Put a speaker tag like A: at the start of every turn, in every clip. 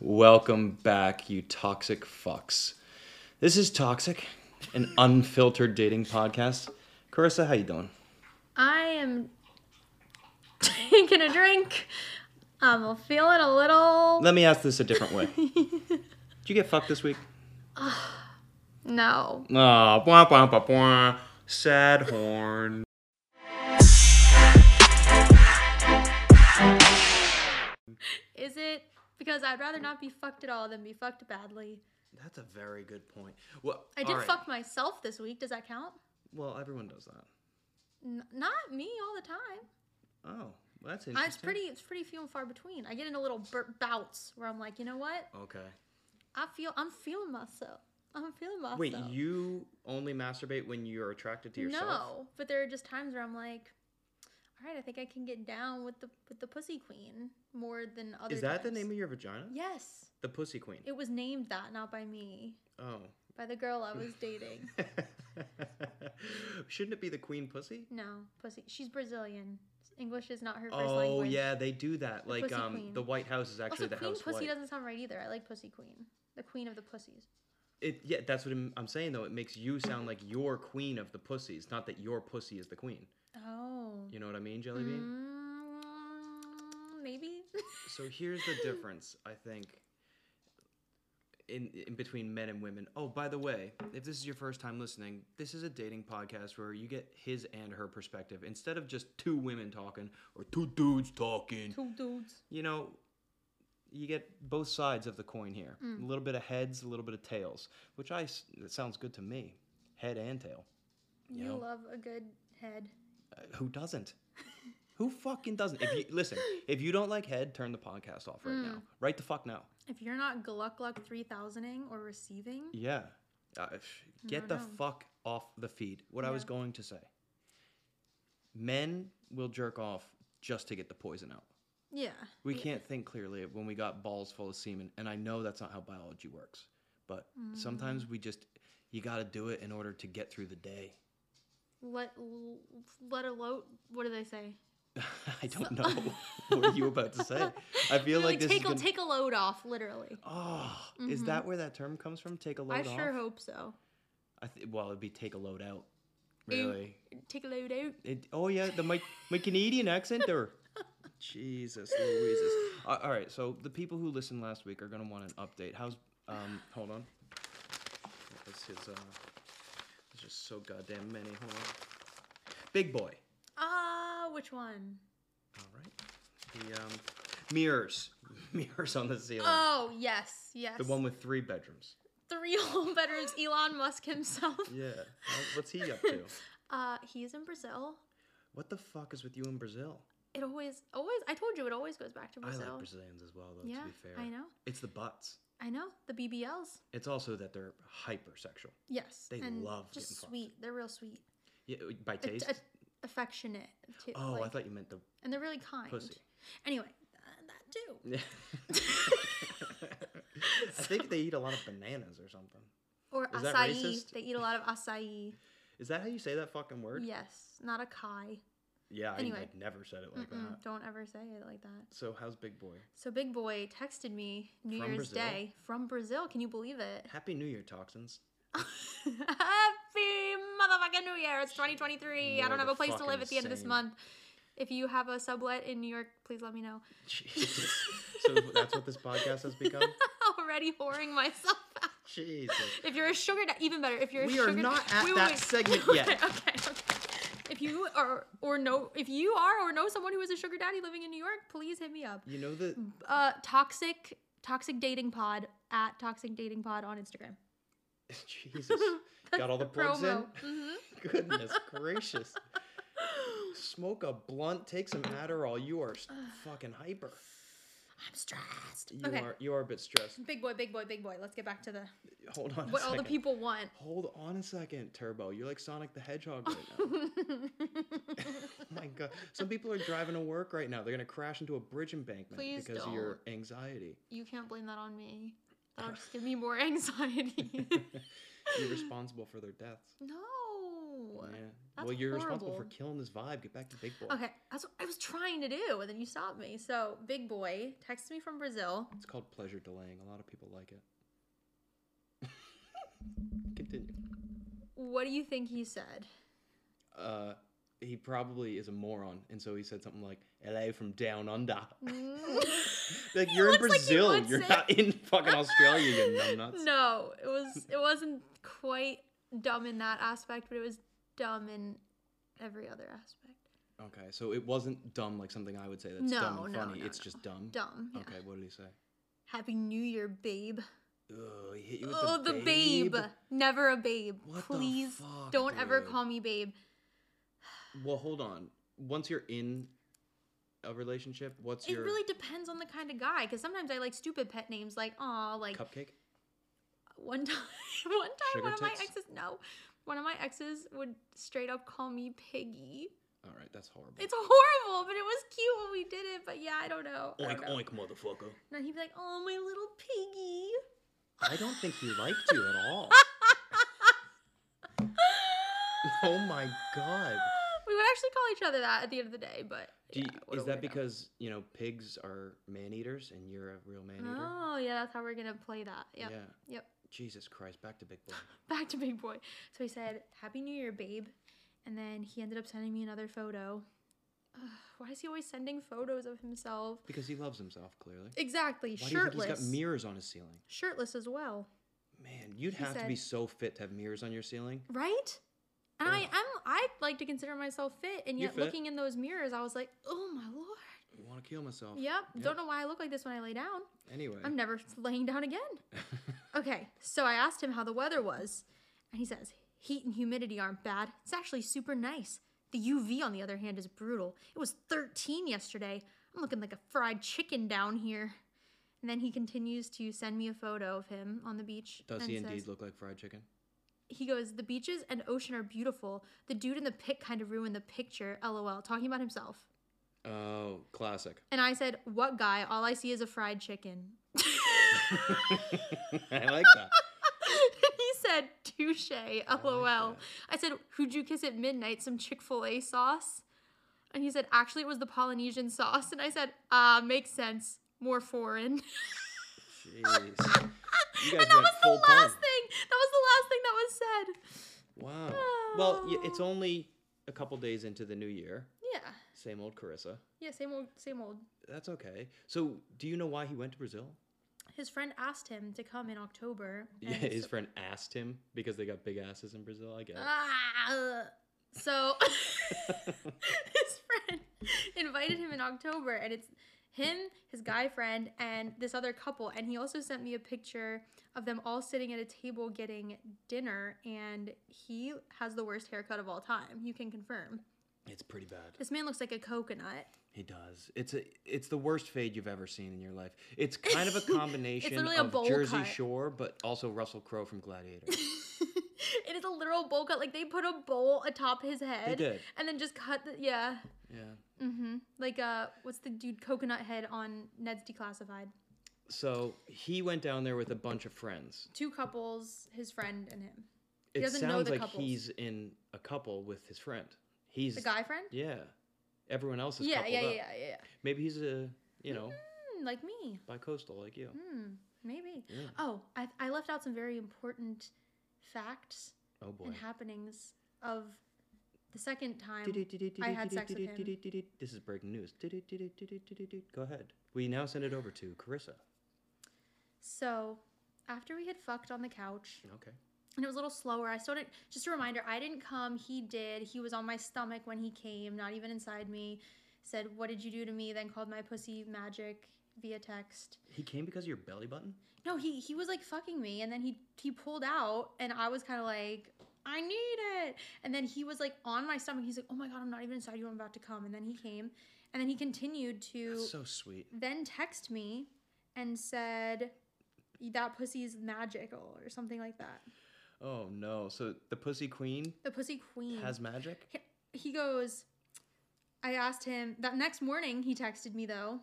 A: Welcome back, you toxic fucks. This is Toxic, an unfiltered dating podcast. Carissa, how you doing?
B: I am taking a drink. I'm feeling a little.
A: Let me ask this a different way. Did you get fucked this week?
B: No.
A: Ah, blah, blah, blah, blah. Sad horn.
B: Is it because I'd rather not be fucked at all than be fucked badly?
A: That's a very good point. Well,
B: I did fuck myself this week. Does that count?
A: Well, everyone does that.
B: N- not me all the time.
A: Oh, well, that's
B: I,
A: interesting.
B: it's pretty. It's pretty few and far between. I get into little bur- bouts where I'm like, you know what?
A: Okay.
B: I feel. I'm feeling myself. I'm feeling myself.
A: Wait, you only masturbate when you're attracted to yourself?
B: No, but there are just times where I'm like, all right, I think I can get down with the with the pussy queen more than other.
A: Is that the
B: times."
A: name of your vagina?
B: Yes,
A: The Pussy Queen.
B: it was named that, not by me,
A: Oh.
B: by the girl I was dating.
A: Shouldn't it be the Queen Pussy?
B: no, pussy. She's Brazilian. English is not her first
A: Oh
B: language.
A: yeah, they do that. like
B: Pussy
A: um,
B: Queen.
A: the White House is actually
B: Also,
A: the
B: queen
A: house
B: pussy
A: white.
B: doesn't sound right either. I like pussy queen, the queen of the pussies.
A: It yeah, that's what I'm, I'm saying though. It makes you sound like you're queen of the pussies, not that your pussy is the queen.
B: Oh.
A: You know what I mean, Jelly Bean?
B: Mm-hmm. Mm, maybe.
A: So here's the difference, I think, in in between men and women. Oh, by the way, if this is your first time listening, this is a dating podcast where you get his and her perspective instead of just two women talking or two dudes talking.
B: Two dudes.
A: You know, you get both sides of the coin here. A little bit of heads, a little bit of tails, which I s- it sounds good to me. Head and tail.
B: You
A: Yeah.
B: love a good head.
A: Uh, who doesn't? Who fucking doesn't? If you listen, if you don't like head, turn the podcast off right now. Right the fuck now.
B: If you're not gluck gluck 3000ing or receiving,
A: Yeah. Uh, sh- get the
B: no.
A: fuck off the feed. What I was
B: Yeah.
A: going to say. Men will jerk off just to get the poison out.
B: yeah.
A: We can't think clearly when we got balls full of semen, and I know that's not how biology works. But
B: Mm.
A: sometimes we just you got to do it in order to get through the day.
B: Let let alone what do they say?
A: I don't know what are you about to say. I feel
B: Literally
A: like this
B: take
A: is
B: a
A: gonna-
B: take a load off, literally.
A: Oh, is that where that term comes from? Take a load
B: I
A: off.
B: sure hope so.
A: I th- well, it'd be take a load out.
B: Ew.
A: Really.
B: Take a load out.
A: It, oh yeah, the my my Canadian accent or Jesus Louises. A- all right, so the people who listened last week are gonna want an update. How's um? Hold on. This is uh. There's just so goddamn many. Hold on. Big boy.
B: Ah, which one?
A: All right. The um, mirrors, mirrors on the ceiling.
B: Oh yes, yes.
A: the one with three bedrooms.
B: three whole bedrooms. Elon Musk himself.
A: Yeah. How- What's he up to?
B: Uh, he is in Brazil.
A: What the fuck is with you in Brazil?
B: It always, always. I told you, it always goes back to Brazil.
A: I like Brazilians as well, though.
B: yeah,
A: to be fair,
B: I know.
A: It's the butts.
B: I know the BBLs.
A: It's also that they're hypersexual.
B: Yes,
A: They
B: and
A: love getting
B: just
A: fucked.
B: sweet. They're real sweet.
A: Yeah, uh, by
B: A-
A: taste.
B: a- affectionate too.
A: oh, I
B: like-
A: thought you meant the.
B: and they're really kind.
A: Pussy.
B: Anyway, uh, that too.
A: I think they eat a lot of bananas or something.
B: Or
A: Is that
B: acai.
A: racist?
B: They eat a lot of acai.
A: Is that how you say that fucking word?
B: yes, not a kai.
A: Yeah, I,
B: Anyway.
A: I've never said it like
B: Mm,
A: that.
B: don't ever say it like that.
A: So how's Big Boy?
B: So Big Boy texted me New
A: From
B: Year's
A: Brazil?
B: Day from Brazil. Can you believe it?
A: Happy New Year, toxins.
B: Happy motherfucking New Year. It's 2023. I don't have a place to live at the end of this
A: Motherfucking
B: month. If you have a sublet in New York, please let me know.
A: Jesus. so that's what this podcast has become.
B: Already whoring myself out.
A: Jesus.
B: If you're a sugar daddy, even better. If you're
A: We
B: a
A: are
B: sugar
A: not at that segment
B: okay,
A: yet.
B: Okay, okay. If you are or know if you are or know someone who is a sugar daddy living in New York, please hit me up.
A: You know the
B: Uh, toxic toxic dating pod at toxic dating pod on Instagram.
A: Jesus got all the plugs in.
B: Promo. Mhm.
A: Goodness gracious. Smoke a blunt, take some Adderall. You are s- fucking hyper.
B: I'm stressed.
A: You
B: okay.
A: are you are a bit stressed.
B: Big boy, big boy, big boy. Let's get back to the
A: Hold on. a
B: what all the
A: second.
B: people want.
A: Hold on a second, Turbo. You're like Sonic the Hedgehog right now. oh my god. Some people are driving to work right now. They're gonna crash into a bridge embankment
B: Please
A: because of your anxiety.
B: You can't blame that on me. That'll just give me more anxiety.
A: You're responsible for their deaths.
B: no.
A: Yeah.
B: That's
A: well, you're responsible for
B: horrible.
A: killing this vibe. Get back to Big Boy.
B: Okay, that's what I was trying to do, and then you stopped me. So, big boy texted me from Brazil.
A: It's called pleasure delaying. A lot of people like it. Continue.
B: What do you think he said?
A: Uh, he probably is a moron, and so he said something like "LA from down under." like
B: He
A: you're in
B: looks like he
A: Brazil,
B: wants
A: you're
B: it.
A: not in fucking Australia, you numbnuts.
B: no, it was it wasn't quite dumb in that aspect, but it was dumb in every other aspect.
A: Okay, so it wasn't dumb like something I would say that's dumb
B: No,
A: and
B: no,
A: funny.
B: no,
A: it's
B: no.
A: just dumb.
B: Dumb. Yeah.
A: Okay, what did he say?
B: Happy New Year, babe.
A: Ugh, he hit you with
B: oh,
A: the,
B: the babe. Never a babe.
A: What the
B: Please
A: fuck,
B: don't ever
A: dude?
B: call me babe.
A: Well, hold on. Once you're in a relationship, what's
B: It
A: your
B: really depends on the kind of guy, because sometimes I like stupid pet names, like aw, like
A: cupcake?
B: one time one time
A: Sugar
B: one of my
A: tits?
B: exes no one of my exes would straight up call me piggy
A: All right, that's horrible.
B: it's horrible but it was cute when we did it but yeah i don't know, I
A: oink
B: don't know.
A: oink, motherfucker.
B: no he'd be like oh my little piggy
A: I don't think he liked you at all. oh my god.
B: we would actually call each other that at the end of the day but
A: Do you,
B: yeah, what a
A: is that
B: weirdo.
A: because you know pigs are man eaters and you're a real man eater?
B: oh yeah that's how we're gonna play that yep.
A: Yeah.
B: yep
A: Jesus Christ, back to big boy.
B: back to big boy so he said happy new year babe and then he ended up sending me another photo Ugh, why is he always sending photos of himself
A: Because he loves himself clearly.
B: exactly
A: Why
B: shirtless
A: do you think he's got mirrors on his ceiling?
B: shirtless as well,
A: Man, you'd
B: He
A: have to be
B: said-
A: so fit to have mirrors on your ceiling.
B: right? And I
A: Ugh.
B: am I like to consider myself fit, and
A: You're
B: yet
A: fit.
B: looking in those mirrors, I was like, oh my lord.
A: I want to kill myself.
B: Yep.
A: Yep.
B: Don't know why I look like this when I lay down.
A: Anyway.
B: I'm never laying down again. Okay, so I asked him how the weather was, and he says heat and humidity aren't bad. It's actually super nice. The UV, on the other hand, is brutal. It was 13 yesterday. I'm looking like a fried chicken down here. And then he continues to send me a photo of him on the beach.
A: Does
B: and
A: he
B: says-
A: indeed look like fried chicken?
B: he goes, The beaches and ocean are beautiful. The dude in the pic kind of ruined the picture, lol, talking about himself.
A: Oh, classic.
B: And I said, What guy? All I see is a fried chicken.
A: I like that.
B: he said, Touche, lol.
A: that.
B: I said, Who'd you kiss at midnight? Some Chick fil A sauce? And he said, Actually, it was the Polynesian sauce. And I said, Ah, makes sense. More foreign.
A: Jeez. You guys
B: and that
A: went
B: was the
A: full
B: last
A: pun.
B: thing. That was the last thing that was said.
A: Wow. Well, y- it's
B: Oh.
A: only a couple days into the new year.
B: Yeah.
A: Same old Carissa.
B: Yeah, same old, same old.
A: That's okay. So, do you know why he went to Brazil?
B: His friend asked him to come in October.
A: Yeah,
B: and
A: his
B: so-
A: friend asked him because they got big asses in Brazil, I guess.
B: Ah, so his friend invited him in October, and it's him, his guy friend, and this other couple. And he also sent me a picture of them all sitting at a table getting dinner. And he has the worst haircut of all time. You can confirm.
A: It's pretty bad.
B: This man looks like a coconut.
A: He does. It's a it's the worst fade you've ever seen in your life. It's kind of a combination
B: literally a
A: of
B: bowl
A: Jersey
B: cut.
A: Shore, but also Russell Crowe from Gladiator.
B: it is a literal bowl cut. Like they put a bowl atop his head.
A: did.
B: And then just cut the yeah.
A: yeah.
B: Mm-hmm. Like uh, what's the dude coconut head on Ned's Declassified?
A: So he went down there with a bunch of friends.
B: Two couples, his friend and him.
A: It
B: doesn't know
A: sounds
B: the
A: like
B: couples.
A: he's in a couple with his friend. He's
B: The guy friend?
A: Yeah. Everyone else is
B: Yeah,
A: coupled
B: yeah, yeah,
A: up.
B: yeah, yeah, yeah.
A: Maybe he's a you know
B: Hmm, like me.
A: bicoastal like you.
B: Hmm, maybe.
A: Yeah.
B: Oh, I, I left out some very important facts
A: Oh boy.
B: and happenings of the second time.
A: I
B: I had sex with
A: This is breaking news. Go ahead. We now send it over to Carissa.
B: So, after we had fucked on the couch,
A: Okay.
B: and it was a little slower. I still didn't. Just a reminder, I didn't come. He did. He was on my stomach when he came, not even inside me. Said, "What did you do to me?" Then called my pussy magic via text.
A: He came because of your belly button?
B: No, he he was like fucking me, and then he he pulled out, and I was kind of like, "I need it." And then he was like on my stomach. He's like, "Oh my god, I'm not even inside you. I'm about to come." And then he came, and then he continued to
A: That's so sweet.
B: then text me and said. That pussy's magical, or something like that.
A: Oh no. So the pussy queen
B: The pussy queen
A: has magic?
B: He- he goes i asked him that next morning he texted me though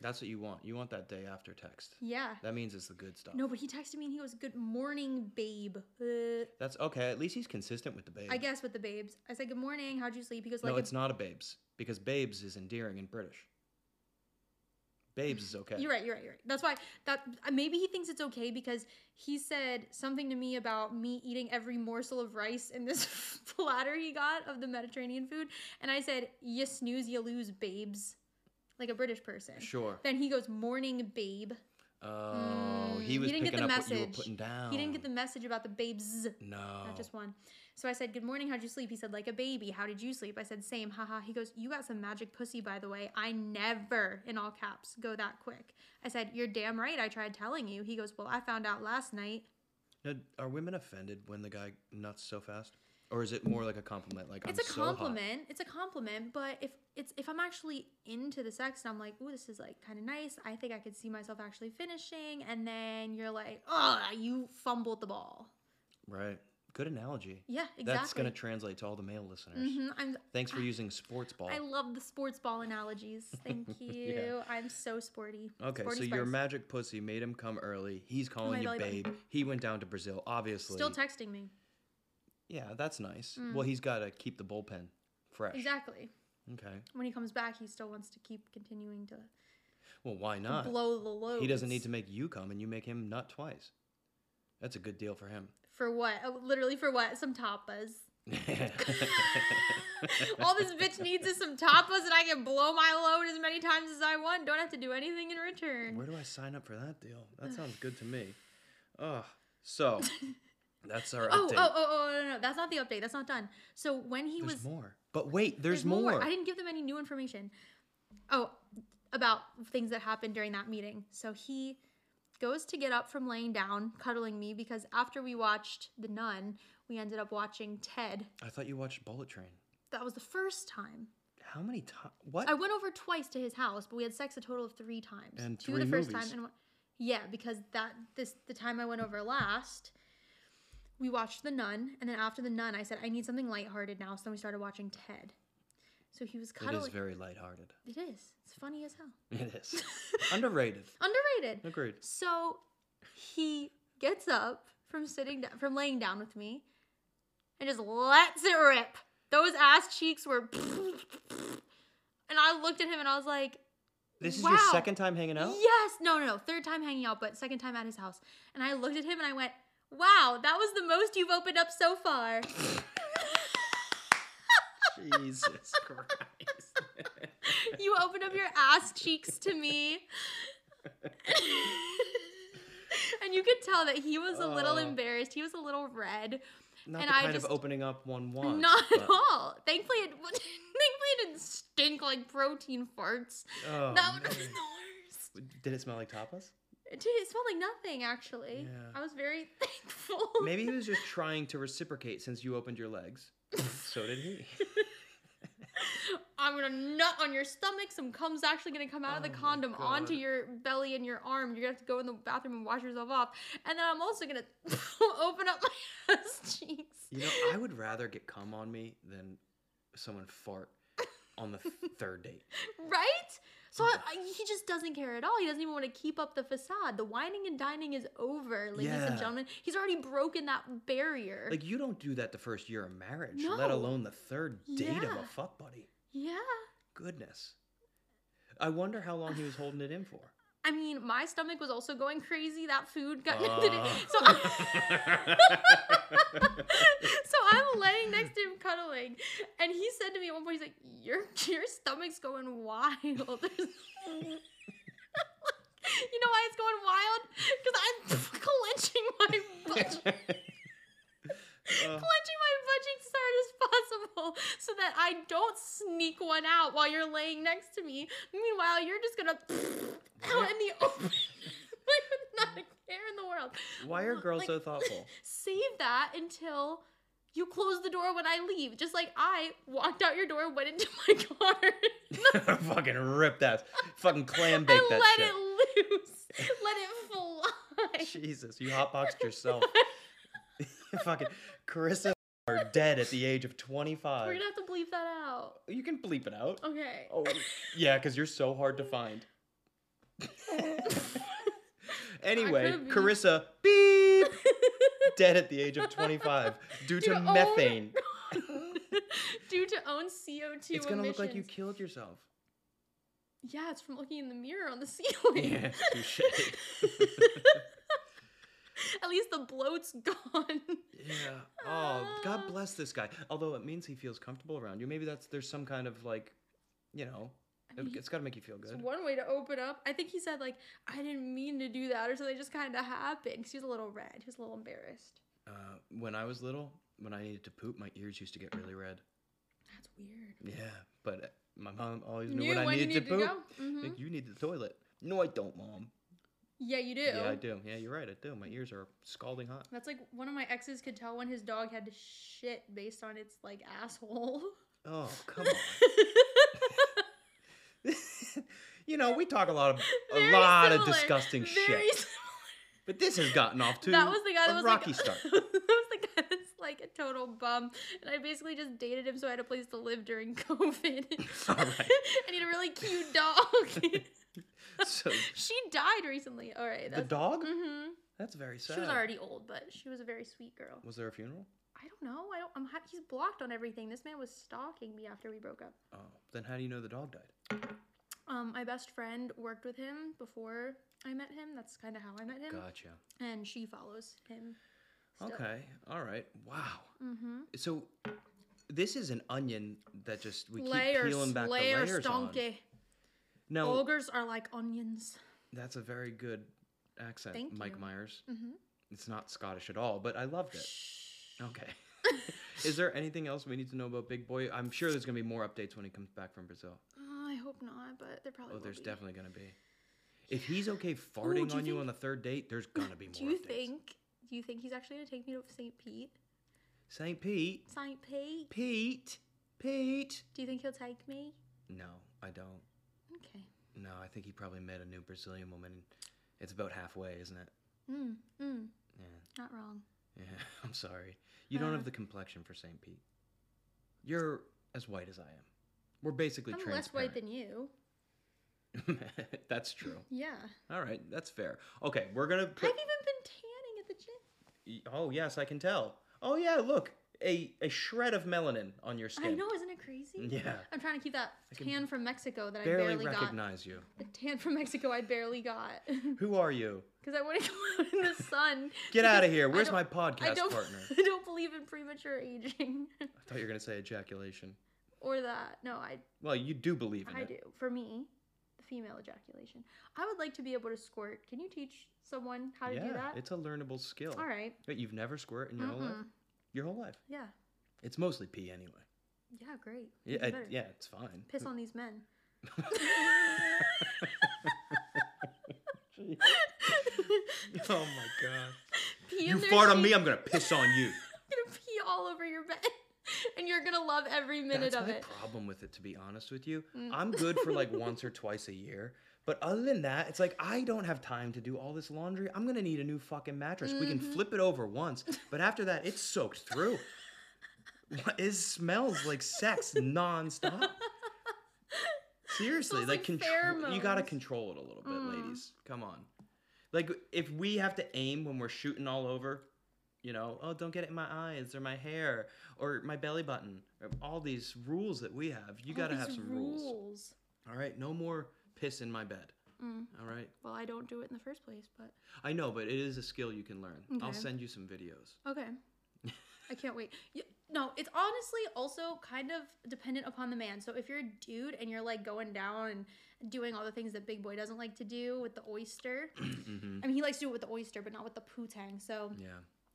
A: That's what you want. You want that day after text.
B: Yeah.
A: That means it's the good stuff.
B: No, but he texted me and he goes, "Good morning, babe." Uh,
A: That's okay. At least he's consistent with the babe.
B: I guess with the babes, I said, "Good morning. How'd you sleep?" He goes, "Like
A: no,
B: a-
A: it's not a babes because babes is endearing in British. Babes is okay.
B: You're right. You're right. You're right. That's why that uh, maybe he thinks it's okay because he said something to me about me eating every morsel of rice in this platter he got of the Mediterranean food, and I said, "You snooze, you lose, babes," like a British person.
A: Sure.
B: Then he goes, "Morning, babe."
A: Oh,
B: Mm,
A: he was
B: didn't get
A: picking
B: the
A: up
B: message.
A: what you were putting down.
B: He didn't get the message about the babes.
A: No.
B: Not just one. So I said, Good morning, how'd you sleep? He said, Like a baby. How did you sleep? I said, Same, haha. He goes, You got some magic pussy, by the way. I never, in all caps, go that quick. I said, You're damn right. I tried telling you. He goes, Well, I found out last night.
A: Now, are women offended when the guy nuts so fast, or is it more like a compliment? Like
B: it's
A: I'm
B: a
A: so hot"?
B: compliment. it's a compliment, but if it's if I'm actually into the sex and I'm like, ooh, this is like kind of nice. I think I could see myself actually finishing, and then you're like, oh, you fumbled the ball.
A: Right. Good analogy.
B: Yeah, exactly.
A: That's gonna translate to all the male listeners.
B: Mhm, I'm
A: Thanks for using sports ball.
B: I love the sports ball analogies. Thank you. I'm so sporty.
A: Okay,
B: sporty
A: so your
B: spice.
A: magic pussy made him come early. He's calling
B: my
A: you
B: belly
A: babe. He went down to Brazil, obviously.
B: still Mm. texting me.
A: yeah, that's nice. Well, he's got to keep the bullpen fresh.
B: Exactly.
A: Okay.
B: When he comes back, he still wants to keep continuing to
A: Well, why not?
B: blow the load.
A: He doesn't need to make you come, and you make him nut twice. That's a good deal for him.
B: for what? Oh, literally for what? Some tapas. All this bitch needs is some tapas, and I can blow my load as many times as I want. Don't have to do anything in return.
A: Where do I sign up for that deal? That sounds good to me. Ugh. So, that's our
B: Oh,
A: update.
B: oh, oh, oh, no, no, no, that's not the update. That's not done. So when he
A: there's
B: was
A: more. But wait, there's, more.
B: I didn't give them any new information. Oh, about things that happened during that meeting. So he goes to get up from laying down, cuddling me, because after we watched The Nun, we ended up watching Ted.
A: I thought you watched Bullet Train.
B: That was the first time.
A: How many times? What?
B: I went over twice to his house, but we had sex a total of three times.
A: And
B: Two
A: three
B: the first
A: movies.
B: time and one. Yeah, because that this the time I went over last, we watched The Nun, and then after The Nun, I said I need something lighthearted now, so then we started watching Ted. So he was
A: it
B: cuddling.
A: is very lighthearted.
B: It is. It's funny as hell.
A: It is. Underrated.
B: Underrated.
A: Agreed.
B: So he gets up from sitting down, from laying down with me, and just lets it rip. Those ass cheeks were, and I looked at him and I was like,
A: This is your
B: Wow.
A: second time hanging out?
B: "Yes, no, no, no, third time hanging out, but second time at his house." And I looked at him and I went, "Wow, that was the most you've opened up so far."
A: Jesus Christ.
B: you opened up your ass cheeks to me. and you could tell that he was a little
A: Oh.
B: embarrassed. He was a little red.
A: Not
B: And
A: the
B: I
A: kind
B: just-
A: of opening up one wants.
B: Not at
A: but-
B: all. Thankfully, it thankfully it didn't stink like protein farts.
A: Oh,
B: that would have
A: man.
B: been the worst.
A: Did it smell like tapas?
B: It, did, it smelled like nothing, actually.
A: Yeah.
B: I was very thankful.
A: Maybe he was just trying to reciprocate since you opened your legs. so did he.
B: I'm gonna nut on your stomach. Some cum's actually gonna come out of the
A: Oh my
B: condom onto
A: God.
B: your belly and your arm. You're gonna have to go in the bathroom and wash yourself off. And then I'm also gonna open up my ass cheeks.
A: You know, I would rather get cum on me than someone fart on the th- third date.
B: Right? So I, I- he just doesn't care at all. He doesn't even want to keep up the facade. The whining and dining is over, ladies
A: Yeah.
B: and gentlemen. He's already broken that barrier.
A: Like, you don't do that the first year of marriage, let
B: No.
A: alone the third date of
B: Yeah.
A: a fuck buddy.
B: yeah.
A: Goodness. I wonder how long he was holding it in for.
B: I mean, my stomach was also going crazy. That food got
A: Oh.
B: so. so I'm laying next to him cuddling, and he said to me at one point, he's like, "Your your stomach's going wild." you know why it's going wild? Because I'm clenching my butt,
A: Uh,
B: clenching my butt cheeks as hard as possible, so that I don't sneak one out while you're laying next to me. Meanwhile, you're just gonna out in the open. I would not care in the world.
A: why are girls
B: Like-
A: so thoughtful?
B: save that until you close the door when I leave. Just like I walked out your door, went into my car,
A: fucking rip that. Fucking clam bake
B: and
A: that
B: let
A: shit.
B: it loose, let it fly.
A: Jesus, you hotboxed yourself. fucking Carissa are dead at the age of 25.
B: We're gonna have to bleep that out.
A: You can bleep it out.
B: Okay.
A: Oh, yeah, because you're so hard to find. Anyway,
B: could've been-
A: Carissa, beep, dead at the age of 25 due
B: Due
A: to
B: to old
A: methane.
B: Due to own CO2
A: It's gonna look like you
B: emissions.
A: killed yourself.
B: Yeah, it's from looking in the mirror on the ceiling.
A: Yeah, touche.
B: At least the bloat's gone.
A: Yeah. Oh, God
B: Ah.
A: bless this guy. Although it means he feels comfortable around you. Maybe that's there's some kind of like, you know,
B: I mean,
A: it's got to make you feel
B: it's
A: good.
B: one way to open up. I think he said like, I didn't mean to do that, or something. It just kind of happened. 'cause he was a little red. He was a little embarrassed.
A: Uh, when I was little, when I needed to poop, my ears used to get really red.
B: That's weird.
A: Yeah, but uh, my mom always
B: You
A: knew when I needed to poop.
B: go. Mhm.
A: Like, you need the toilet. No, I don't, mom.
B: Yeah, you do.
A: Yeah, I do. Yeah, you're right. I do. My ears are scalding hot.
B: That's like one of my exes could tell when his dog had to shit based on its like asshole.
A: Oh, come on. you know, we talk a lot of a
B: Very
A: lot of
B: similar.
A: disgusting
B: Very
A: shit,
B: sim-
A: but this has gotten off to
B: that was the guy that
A: a
B: was
A: rocky
B: like,
A: start.
B: that was the guy that's like a total bum, and I basically just dated him so I had a place to live during COVID.
A: All
B: and
A: right.
B: he had a really cute dog.
A: So
B: she died recently. All right,
A: the
B: that's
A: dog?
B: hmm
A: That's very sad.
B: She was already old, but she was a very sweet girl.
A: Was there a funeral?
B: I don't know. I don't, I'm ha- he's blocked on everything. This man was stalking me after we broke up.
A: Oh, then how do you know the dog died?
B: Um, my best friend worked with him before I met him. That's kind of how I met him,
A: Gotcha.
B: and she follows him.
A: Okay. All right. Wow.
B: Mm-hmm.
A: So this is an onion that just we keep
B: Layers,
A: peeling back
B: layers,
A: the layers on.
B: donkey.
A: Now
B: Ogres are like onions.
A: that's a very good accent,
B: Thank
A: Mike
B: you.
A: Myers.
B: Mhm.
A: It's not Scottish at all, but I loved it. Okay. is there anything else we need to know about Big Boy? I'm sure there's gonna be more updates when he comes back from Brazil.
B: Oh, I hope not, but there probably.
A: Oh,
B: will
A: there's
B: be.
A: definitely gonna be. If he's okay farting on
B: do you
A: you
B: think-
A: on the third date, there's gonna be more.
B: Do you
A: updates.
B: think? Do you think he's actually gonna take me to St. Pete?
A: Saint Pete?
B: St. Pete.
A: Pete? Pete?
B: Do you think he'll take me?
A: No, I don't.
B: Okay.
A: No, I think he probably met a new Brazilian woman. It's about halfway, isn't it?
B: Mm. Mm.
A: Yeah.
B: Not wrong.
A: Yeah. I'm sorry. You don't
B: Uh.
A: have the complexion for Saint Pete. You're as white as I am. We're basically
B: I'm less
A: transparent.
B: white than you.
A: That's true.
B: Yeah.
A: All right, that's fair. Okay, we're gonna.
B: I've
A: Put,
B: even been tanning at the gym.
A: Y- oh yes, I can tell. Oh yeah, look, a a shred of melanin on your skin.
B: I know, isn't it crazy?
A: Yeah.
B: I'm trying to keep that
A: I can
B: tan from Mexico that
A: Barely,
B: I barely got.
A: recognize you.
B: The tan from Mexico I barely got.
A: Who are you?
B: Because I wouldn't go out in the sun.
A: Get
B: because
A: out of here.
B: I
A: Where's
B: don't-
A: my podcast
B: I don't,
A: partner?
B: I don't believe in premature aging
A: I thought you were gonna say ejaculation.
B: or that. No, I
A: Well, you do believe in
B: I
A: it.
B: do. For me, the female ejaculation. I would like to be able to squirt. Can you teach someone how to
A: yeah,
B: do that?
A: it's a learnable skill.
B: All right. Mm-hmm.
A: But you've never squirt in your whole life.
B: Mm-mm.
A: Your whole life.
B: Yeah.
A: It's mostly pee anyway.
B: Yeah. Great.
A: Yeah,
B: Even
A: it-
B: better.
A: yeah, it's fine.
B: Piss on these men.
A: Gee. oh my god.
B: pee
A: you
B: in their
A: fart on me,
B: sheets.
A: I'm gonna piss on you.
B: I'm gonna pee all over your bed, and you're gonna love every minute
A: That's
B: of
A: my
B: it.
A: problem with it, to be honest with you.
B: Mm.
A: I'm good for like once or twice a year. But other than that, it's like I don't have time to do all this laundry. I'm gonna need a new fucking mattress. We can
B: Mm-hmm.
A: flip it over once, but after that, it's soaked through. What- It smells like sex nonstop. Seriously,
B: Smells
A: like,
B: like
A: control. You gotta
B: pheromones. Mm.
A: control it a little bit, ladies. Come on. Like if we have to aim when we're shooting all over, you know, oh don't get it in my eyes or my hair or my belly button. Or all these rules that we have, you
B: All
A: gotta
B: Oh, these
A: have some rules. All right, no more piss in my bed.
B: Mm.
A: All right,
B: Well, I don't do it in the first place, but
A: I know, but it is a skill you can learn. I'll
B: Okay.
A: send you some videos.
B: Okay. I can't wait. You, no, it's honestly also kind of dependent upon the man. So if you're a dude and you're like going down and doing all the things that Big Boy doesn't like to do with the oyster,
A: hmm
B: I mean, he likes to do it with the oyster, but not with the poo-tang. So
A: Yeah.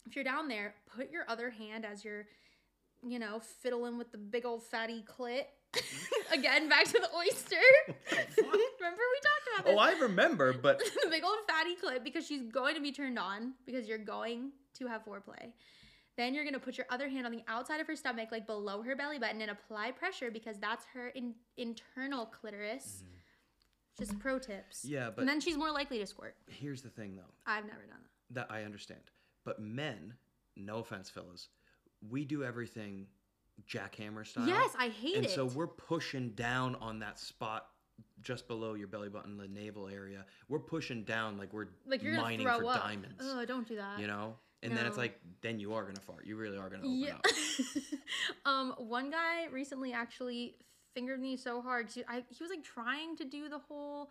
B: if you're down there, put your other hand as you're, you know, fiddling with the big old fatty clit. Again, back to the oyster. Remember we talked about this?
A: Oh, I remember, but
B: the big old fatty clip because she's going to be turned on because you're going to have foreplay. Then you're gonna put your other hand on the outside of her stomach, like below her belly button, and apply pressure because that's her in- internal clitoris. Just pro tips.
A: Mm-hmm. yeah, but
B: and then she's more likely to squirt.
A: here's the thing though.
B: I've never done
A: That
B: that.
A: I understand. But men, no offense, fellas, we do everything jackhammer style.
B: Yes, I hate
A: and
B: it.
A: so we're pushing down on that spot just below your belly button, the navel area, we're pushing down like we're
B: Like you're gonna
A: mining
B: throw
A: for
B: up.
A: diamonds.
B: Oh, don't do that.
A: you know? And then it's
B: no.
A: like, then you are gonna fart. You really are gonna open
B: Yeah.
A: up.
B: um, one guy recently actually fingered me so hard. She, I, he was like trying to do the whole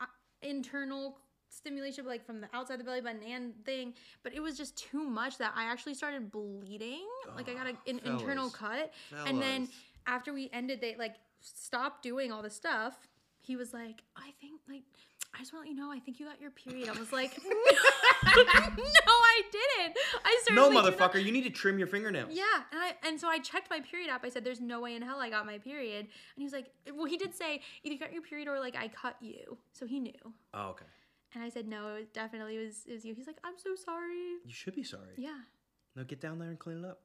B: uh, internal stimulation, like from the outside the belly button and thing, but it was just too much that I actually started bleeding. like I got a,
A: Ah,
B: an internal
A: fellas.
B: cut, and then
A: Fellas.
B: after we ended, they like stopped doing all the stuff. He was like, I think like. I just want to let you know, I think you got your period. I was like, no, I didn't. I
A: No,
B: certainly do not
A: motherfucker, you need to trim your fingernails.
B: yeah, and I and so I checked my period app. I said, "There's no way in hell I got my period." And he was like, "Well, he did say either you got your period or like I cut you." So he knew.
A: Oh, okay.
B: And I said, "No, it definitely was it was you." He's like, "I'm so sorry."
A: You should be sorry.
B: Yeah,
A: Now get down there and clean it up.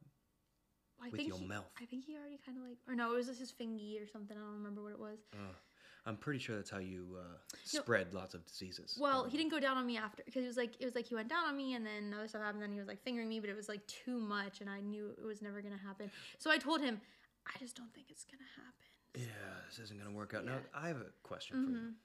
B: Well, I
A: With
B: think
A: your
B: he,
A: mouth.
B: I think he already kind of like, or no, it was just his fingy or something. I don't remember what it was.
A: Ugh. Uh, I'm pretty sure that's how you uh, spread lots of diseases.
B: Well,
A: Um,
B: he didn't go down on me after because it was like it was like he went down on me and then other stuff happened. Then he was like fingering me, but it was like too much, and I knew it was never gonna happen. So I told him, "I just don't think it's gonna happen."
A: Yeah, this isn't gonna work out. Now
B: Yeah. Mm-hmm.
A: I have a question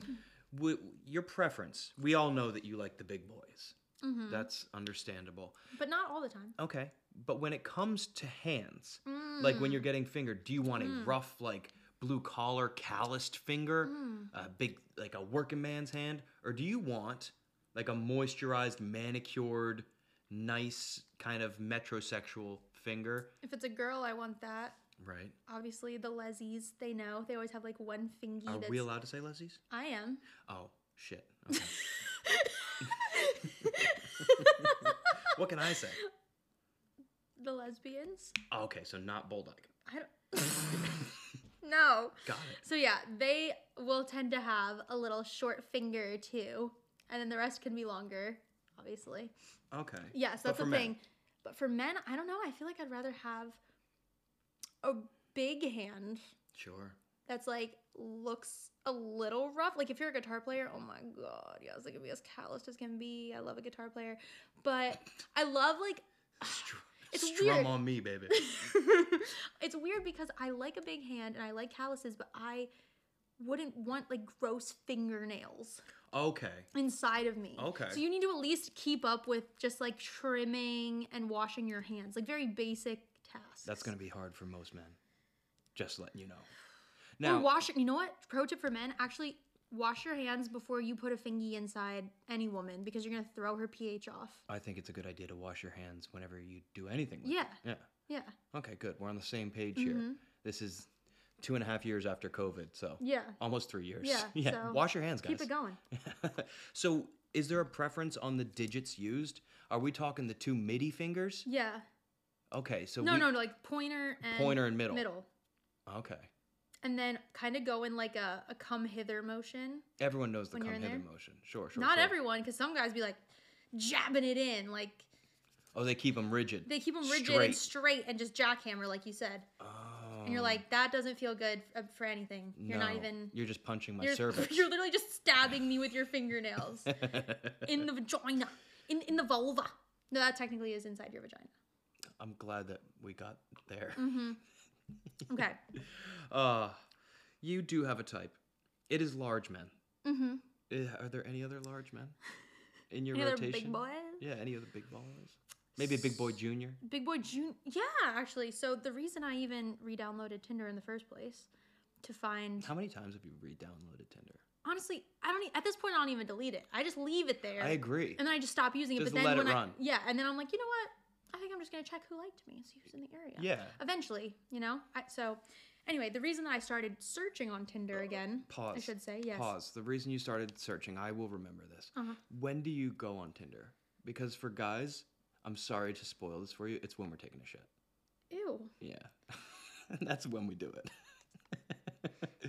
A: for you. Wh- your preference. We all know that you like the big boys.
B: Mm-hmm.
A: That's understandable.
B: But not all the time.
A: Okay, but when it comes to hands, like
B: Mm-hmm. Mm.
A: when you're getting fingered, do you want a rough, like blue collar, calloused finger,
B: Mm-hmm.
A: a big, like a working man's hand, or do you want like a moisturized, manicured, nice kind of metrosexual finger?
B: If it's a girl, I want that.
A: Right.
B: Obviously, the lesies, they know. They always have like one fingy
A: Are
B: that's.
A: we allowed to say lesbies?
B: I am.
A: Oh shit. Okay. what can I say?
B: The lesbians?
A: Oh, okay, so not bulldog.
B: I don't. no.
A: Got it.
B: So, yeah, they will tend to have a little short finger or two, and then the rest can be longer, obviously.
A: Okay.
B: Yes,
A: But
B: that's
A: for
B: the
A: men.
B: thing. But for men, I don't know. I feel like I'd rather have a big hand
A: Sure.
B: that's like looks a little rough. Like if you're a guitar player, oh my god, yes, it can be as calloused as can be. I love a guitar player, but I love like
A: Str-
B: It's
A: strum
B: weird.
A: on me, baby.
B: it's weird because I like a big hand and I like calluses, but I wouldn't want like gross fingernails
A: Okay.
B: inside of me.
A: Okay.
B: So you need to at least keep up with just like trimming and washing your hands, like very basic tasks.
A: That's gonna be hard for most men. Just letting you know.
B: Or
A: Now
B: wash. You know what? Pro tip for men: actually wash your hands before you put a fingy inside any woman because you're gonna throw her pH off.
A: I think it's a good idea to wash your hands whenever you do anything. Like
B: Yeah. Mm-hmm.
A: That.
B: Yeah.
A: Yeah. Okay, good. We're on the same page here. This is two and a half years after COVID, so
B: Yeah.
A: almost three years.
B: Yeah, so
A: Wash your hands, guys.
B: Keep it going.
A: so is there a preference on the digits used? Are we talking the two MIDI fingers?
B: Yeah.
A: Okay, so
B: No,
A: we,
B: no, no, like pointer and
A: pointer and middle.
B: middle,
A: Okay,
B: and then kind of go in like a, a come hither motion.
A: everyone knows the
B: When
A: come
B: you're in
A: hither
B: there?
A: motion. Sure, sure.
B: Not
A: sure.
B: everyone, because some guys be like jabbing it in, like
A: Oh, they keep them rigid.
B: they keep them rigid
A: Straight.
B: and straight and just jackhammer, like you said,
A: oh,
B: and you're like that doesn't feel good uh, for anything. You're not
A: no,
B: even.
A: You're just punching my
B: You're,
A: cervix.
B: you're literally just stabbing me with your fingernails in the vagina, in in the vulva. No, that technically is inside your vagina.
A: I'm glad that we got there.
B: Okay.
A: Uh, you do have a type. It is large men.
B: Mm-hmm.
A: Uh, Are there any other large men in your
B: Any other
A: rotation?
B: big boys?
A: Yeah, any other big ballers? Maybe a big boy junior.
B: Big Boy June. Yeah, actually. So the reason I even re-downloaded Tinder in the first place to find
A: How many times have you re-downloaded Tinder?
B: honestly, I don't e- at this point I don't even delete it. I just leave it there.
A: I agree.
B: And then I just stop using it.
A: Just
B: but then
A: let it
B: when I
A: run.
B: yeah, and then I'm like, you know what? I think I'm just gonna check who liked me and see who's in the area.
A: Yeah.
B: Eventually, you know. I, so anyway, the reason that I started searching on Tinder again. I
A: Pause.
B: should say yes.
A: Pause. The reason you started searching, I will remember this.
B: Uh-huh.
A: When do you go on Tinder? Because for guys, I'm sorry to spoil this for you. It's when we're taking a shit.
B: Ew.
A: Yeah, that's when we do it.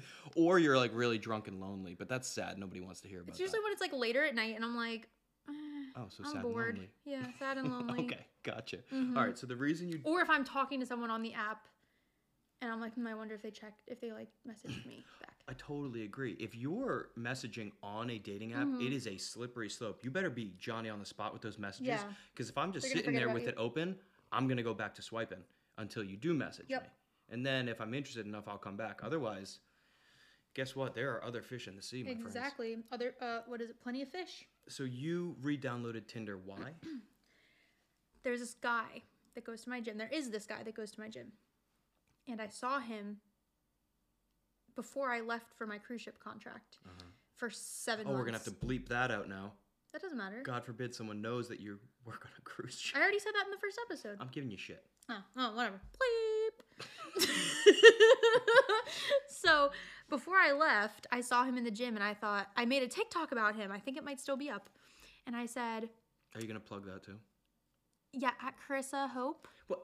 A: or you're like really drunk and lonely, but that's sad. Nobody wants to hear about
B: It's usually when it's like later at night and I'm like, eh,
A: that. Oh, so
B: I'm
A: sad
B: bored.
A: and
B: Yeah, sad and
A: lonely.
B: lonely.
A: Okay, gotcha. All
B: Mm-hmm.
A: right. So the reason you
B: Or if I'm talking to someone on the app and I'm like, hmm, I wonder if they checked if they like messaged me back.
A: I totally agree. If you're messaging on a dating app,
B: Mm-hmm.
A: it is a slippery slope. You better be Johnny on the spot with those messages.
B: Yeah.
A: Because if I'm just
B: They're gonna
A: sitting
B: forget
A: there
B: about
A: with
B: you.
A: it open, I'm going to go back to swiping until you do message
B: Yep.
A: me. And then if I'm interested enough, I'll come back. Otherwise, Guess what? There are other fish in the sea, my friends.
B: Exactly. Other, uh, what is it? Plenty of fish.
A: So you re-downloaded Tinder. Why?
B: There's this guy that goes to my gym. There is this guy that goes to my gym, and I saw him before I left for my cruise ship contract for seven.
A: Uh-huh. oh,
B: months.
A: we're gonna have to bleep that out now.
B: That doesn't matter.
A: God forbid someone knows that you work on a cruise ship.
B: I already said that in the first episode.
A: I'm giving you shit.
B: Oh, oh whatever. Bleep. so before I left, I saw him in the gym and I thought, I made a TikTok about him. I think it might still be up. And I said,
A: Are you gonna plug that too?
B: yeah, at Carissa Hope.
A: What?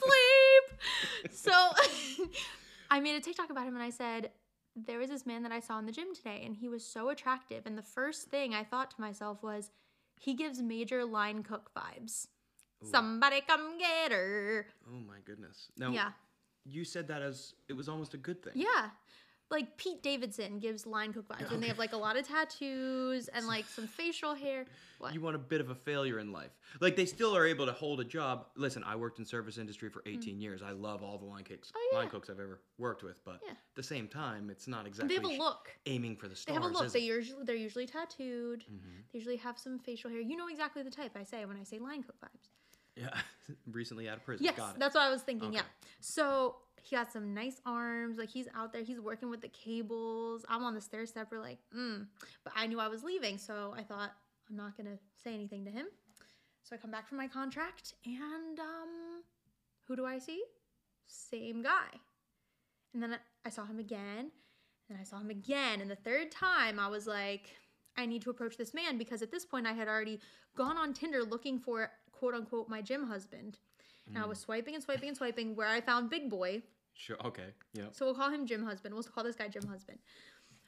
B: Bleep. So I made a TikTok about him and I said, there was this man that I saw in the gym today and he was so attractive. And the first thing I thought to myself was, he gives major line cook vibes. Somebody come get her.
A: Oh my goodness. Now,
B: Yeah.
A: you said that as it was almost a good thing.
B: Yeah. Like Pete Davidson gives line cook vibes, and they have like a lot of tattoos and like some facial hair. What?
A: You want a bit of a failure in life. Like they still are able to hold a job. Listen, I worked in service industry for 18 years. I love all the line cooks,
B: Mm-hmm. Oh, yeah.
A: line cooks I've ever worked with, but
B: Yeah.
A: at the same time, it's not
B: they
A: exactly
B: have a
A: sh-
B: look.
A: aiming for the
B: They
A: stars.
B: have a look.
A: is
B: They
A: it?
B: usually they're usually tattooed.
A: Mhm.
B: They usually have some facial hair. You know exactly the type I say when I say line cook vibes.
A: Yeah. Recently out of prison.
B: Yes,
A: Got it.
B: that's what I was thinking. Yeah.
A: Okay.
B: So he got some nice arms. Like he's out there. He's working with the cables. I'm on the stair stepper. Like, mm. But I knew I was leaving, so I thought I'm not gonna say anything to him. So I come back from my contract, and um, who do I see? Same guy. And then I- I saw him again, and I saw him again, and the third time I was like, I need to approach this man because at this point I had already gone on Tinder looking for quote unquote my gym husband. And I was swiping and swiping and swiping where I found Big Boy.
A: Sure. Okay. Yeah.
B: So we'll call him Jim Husband. We'll call this guy Jim Husband.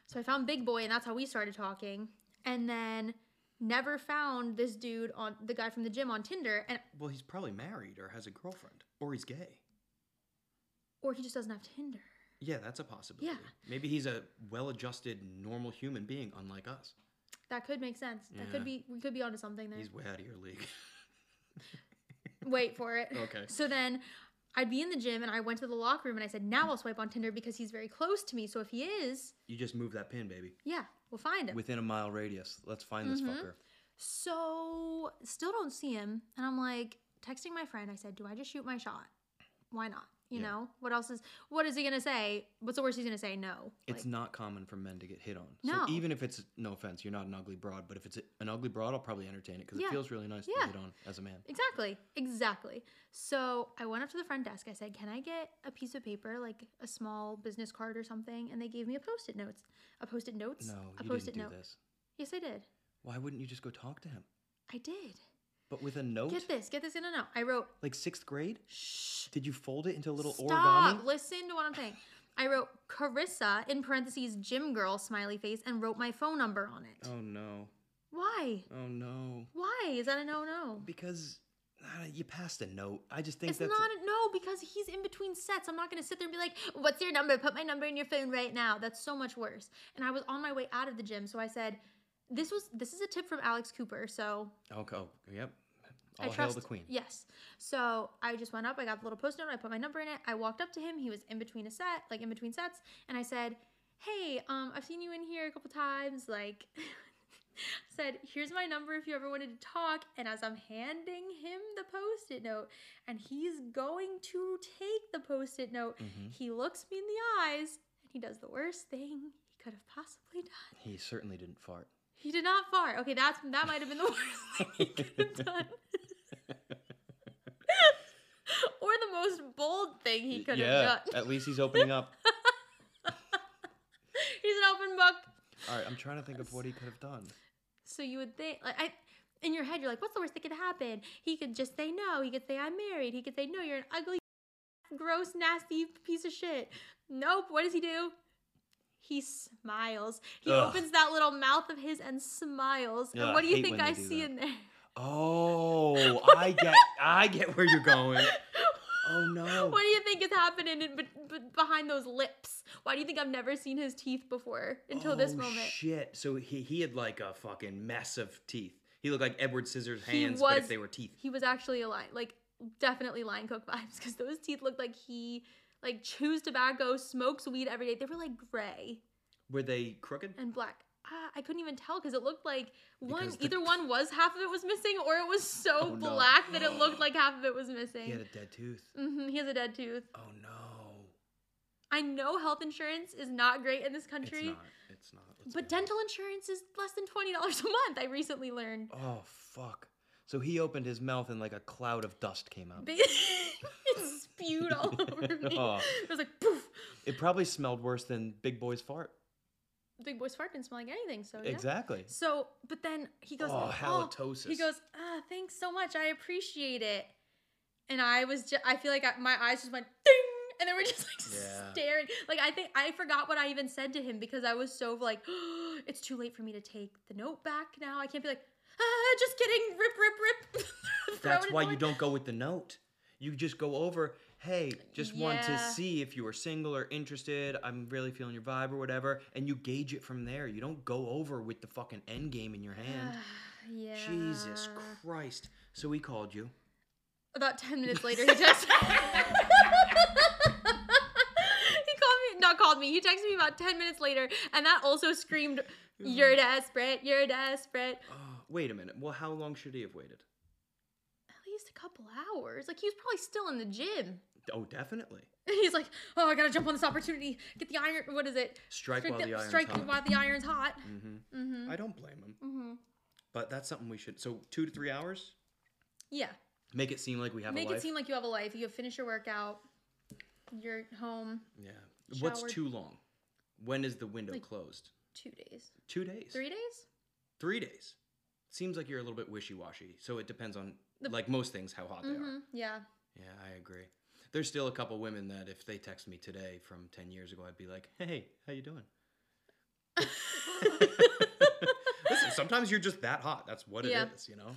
B: So I found Big Boy, and that's how we started talking. And then never found this dude on the guy from the gym on Tinder, and
A: Well, he's probably married or has a girlfriend or he's gay.
B: or he just doesn't have Tinder.
A: Yeah, that's a possibility. Maybe he's a well-adjusted, normal human being, unlike us.
B: That could make sense. That
A: Yeah.
B: could be we could be onto something there.
A: He's way out of your league.
B: Wait for it.
A: Okay.
B: So then I'd be in the gym and I went to the locker room and I said, now I'll swipe on Tinder because he's very close to me. So if he is,
A: You just move that pin, baby.
B: yeah, we'll find him.
A: Within a mile radius. Let's find this
B: Mm-hmm.
A: fucker.
B: So still don't see him. And I'm like texting my friend. I said, Do I just shoot my shot? Why not? You
A: Yeah.
B: know, what else is, what is he going to say? What's the worst he's going to say? No.
A: It's
B: Like,
A: not common for men to get hit on.
B: No.
A: So even if it's no offense, you're not an ugly broad, but if it's an ugly broad, I'll probably entertain it because
B: Yeah.
A: it feels really nice
B: Yeah.
A: to get on as a man.
B: exactly. Exactly. So I went up to the front desk. I said, Can I get a piece of paper, like a small business card or something? And they gave me a post it notes. A post it notes?
A: No,
B: a
A: you
B: post
A: didn't
B: it
A: do
B: note.
A: this.
B: Yes, I did.
A: Why wouldn't you just go talk to him?
B: I did.
A: But with a note,
B: Get this, get this. No, no, no. I wrote,
A: like sixth grade,
B: Shh.
A: did you fold it into a little
B: Stop.
A: origami?
B: Listen to what I'm saying. I wrote Carissa in parentheses gym girl smiley face and wrote my phone number on it.
A: Oh no!
B: Why?
A: Oh no!
B: Why is that a no no?
A: Because uh, you passed a note. I just think
B: It's
A: that's
B: not a no because he's in between sets. I'm not gonna sit there and be like, "What's your number? Put my number in your phone right now." That's so much worse. And I was on my way out of the gym, so I said, "This was this is a tip from Alex Cooper." So
A: okay. Oh, yep.
B: I
A: All hail
B: trust,
A: the queen.
B: Yes. So I just went up. I got the little post note. I put my number in it. I walked up to him. He was in between a set, like in between sets, and I said, "Hey, um, I've seen you in here a couple times. Like, said, here's my number if you ever wanted to talk." And as I'm handing him the post-it note, and he's going to take the post-it note,
A: Mhm.
B: he looks me in the eyes and he does the worst thing he could have possibly done.
A: He certainly didn't fart.
B: He did not fart. Okay, that's that might have been the worst thing he could have done. or the most bold thing he could
A: yeah.
B: have done.
A: At least he's opening up.
B: He's an open book.
A: All right. I'm trying to think of what he could have done.
B: So you would think like I in your head you're like, what's the worst that could happen? He could just say no, he could say I'm married, he could say no, you're an ugly gross nasty piece of shit. Nope, what does he do? He smiles. He
A: Ugh.
B: opens that little mouth of his and smiles.
A: Yeah,
B: and
A: I
B: what do you
A: hate
B: think
A: when they
B: I
A: do
B: see
A: that.
B: in there?
A: Oh, I get, I get where you're going. Oh no.
B: What do you think is happening in, be, be- behind those lips? Why do you think I've never seen his teeth before until this
A: Oh,
B: moment?
A: Shit. So he he had like a fucking mess of teeth. He looked like Edward Scissors
B: He
A: hands, but
B: was-
A: if they were teeth.
B: He was actually a lion, like definitely lion cook vibes, because those teeth looked like he like chews tobacco, smokes weed every day. They were like gray
A: Were they crooked?
B: and black. Ah, I couldn't even tell because it looked like one
A: Because the-
B: either one was half of it was missing or it was so
A: Oh, no.
B: black that it looked like half of it was missing.
A: He had a dead tooth.
B: hmm he has a dead tooth.
A: Oh no.
B: I know health insurance is not great in this
A: It's
B: country,
A: not. It's not. Let's
B: but
A: be honest.
B: dental insurance is less than twenty dollars a month. I recently learned.
A: Oh fuck. So he opened his mouth and like a cloud of dust came out.
B: Ba- it spewed all over me.
A: Aw.
B: It was like poof.
A: It probably smelled worse than Big Boy's fart.
B: Big boy's fart didn't smell like anything, so Oh, yeah.
A: Exactly.
B: So, but then he goes,
A: Oh,
B: He
A: halitosis.
B: goes, ah, thanks so much. I appreciate it. And I was just, I feel like I, my eyes just went ding, and they were just like
A: Yeah.
B: staring. Like I think I forgot what I even said to him because I was so like, it's too late for me to take the note back now. I can't be like, ah, just kidding, rip, rip, rip. Throw it
A: That's
B: in
A: why
B: the
A: you
B: wind.
A: don't go with the note. You just go over, hey, just want to
B: Yeah.
A: see if you were single or interested. I'm really feeling your vibe or whatever. And you gauge it from there. You don't go over with the fucking end game in your hand.
B: yeah.
A: Jesus Christ. So he called you.
B: About 10 minutes later, he texted He called me, not called me, he texted me about 10 minutes later, and that also screamed, You're desperate, you're desperate.
A: Oh, wait a minute. Well, how long should he have waited?
B: At least a couple hours. Like, he was probably still in the gym.
A: Oh, definitely.
B: He's like, Oh, I gotta jump on this opportunity, get the iron, what is it?
A: Strike while the iron's
B: strike
A: hot.
B: while the iron's hot.
A: Mm-hmm.
B: Mm-hmm.
A: I don't blame him.
B: Mm-hmm.
A: But that's something we should. So two to three hours.
B: Yeah.
A: Make it seem like we have
B: Make
A: a life.
B: it seem like you have a life. You finish your workout, you're home
A: yeah. What's
B: showered.
A: too long? When is the window closed?
B: two days,
A: Two days.
B: three days?
A: Three days. Seems like you're a little bit wishy-washy. So it depends on
B: The-
A: like most things how hot they are.
B: Mm-hmm. Yeah.
A: Yeah, I agree. There's still a couple women that if they text me today from 10 years ago, I'd be like, "Hey, how you doing?" Listen, sometimes you're just that hot. That's what it is,
B: Yeah.
A: you know.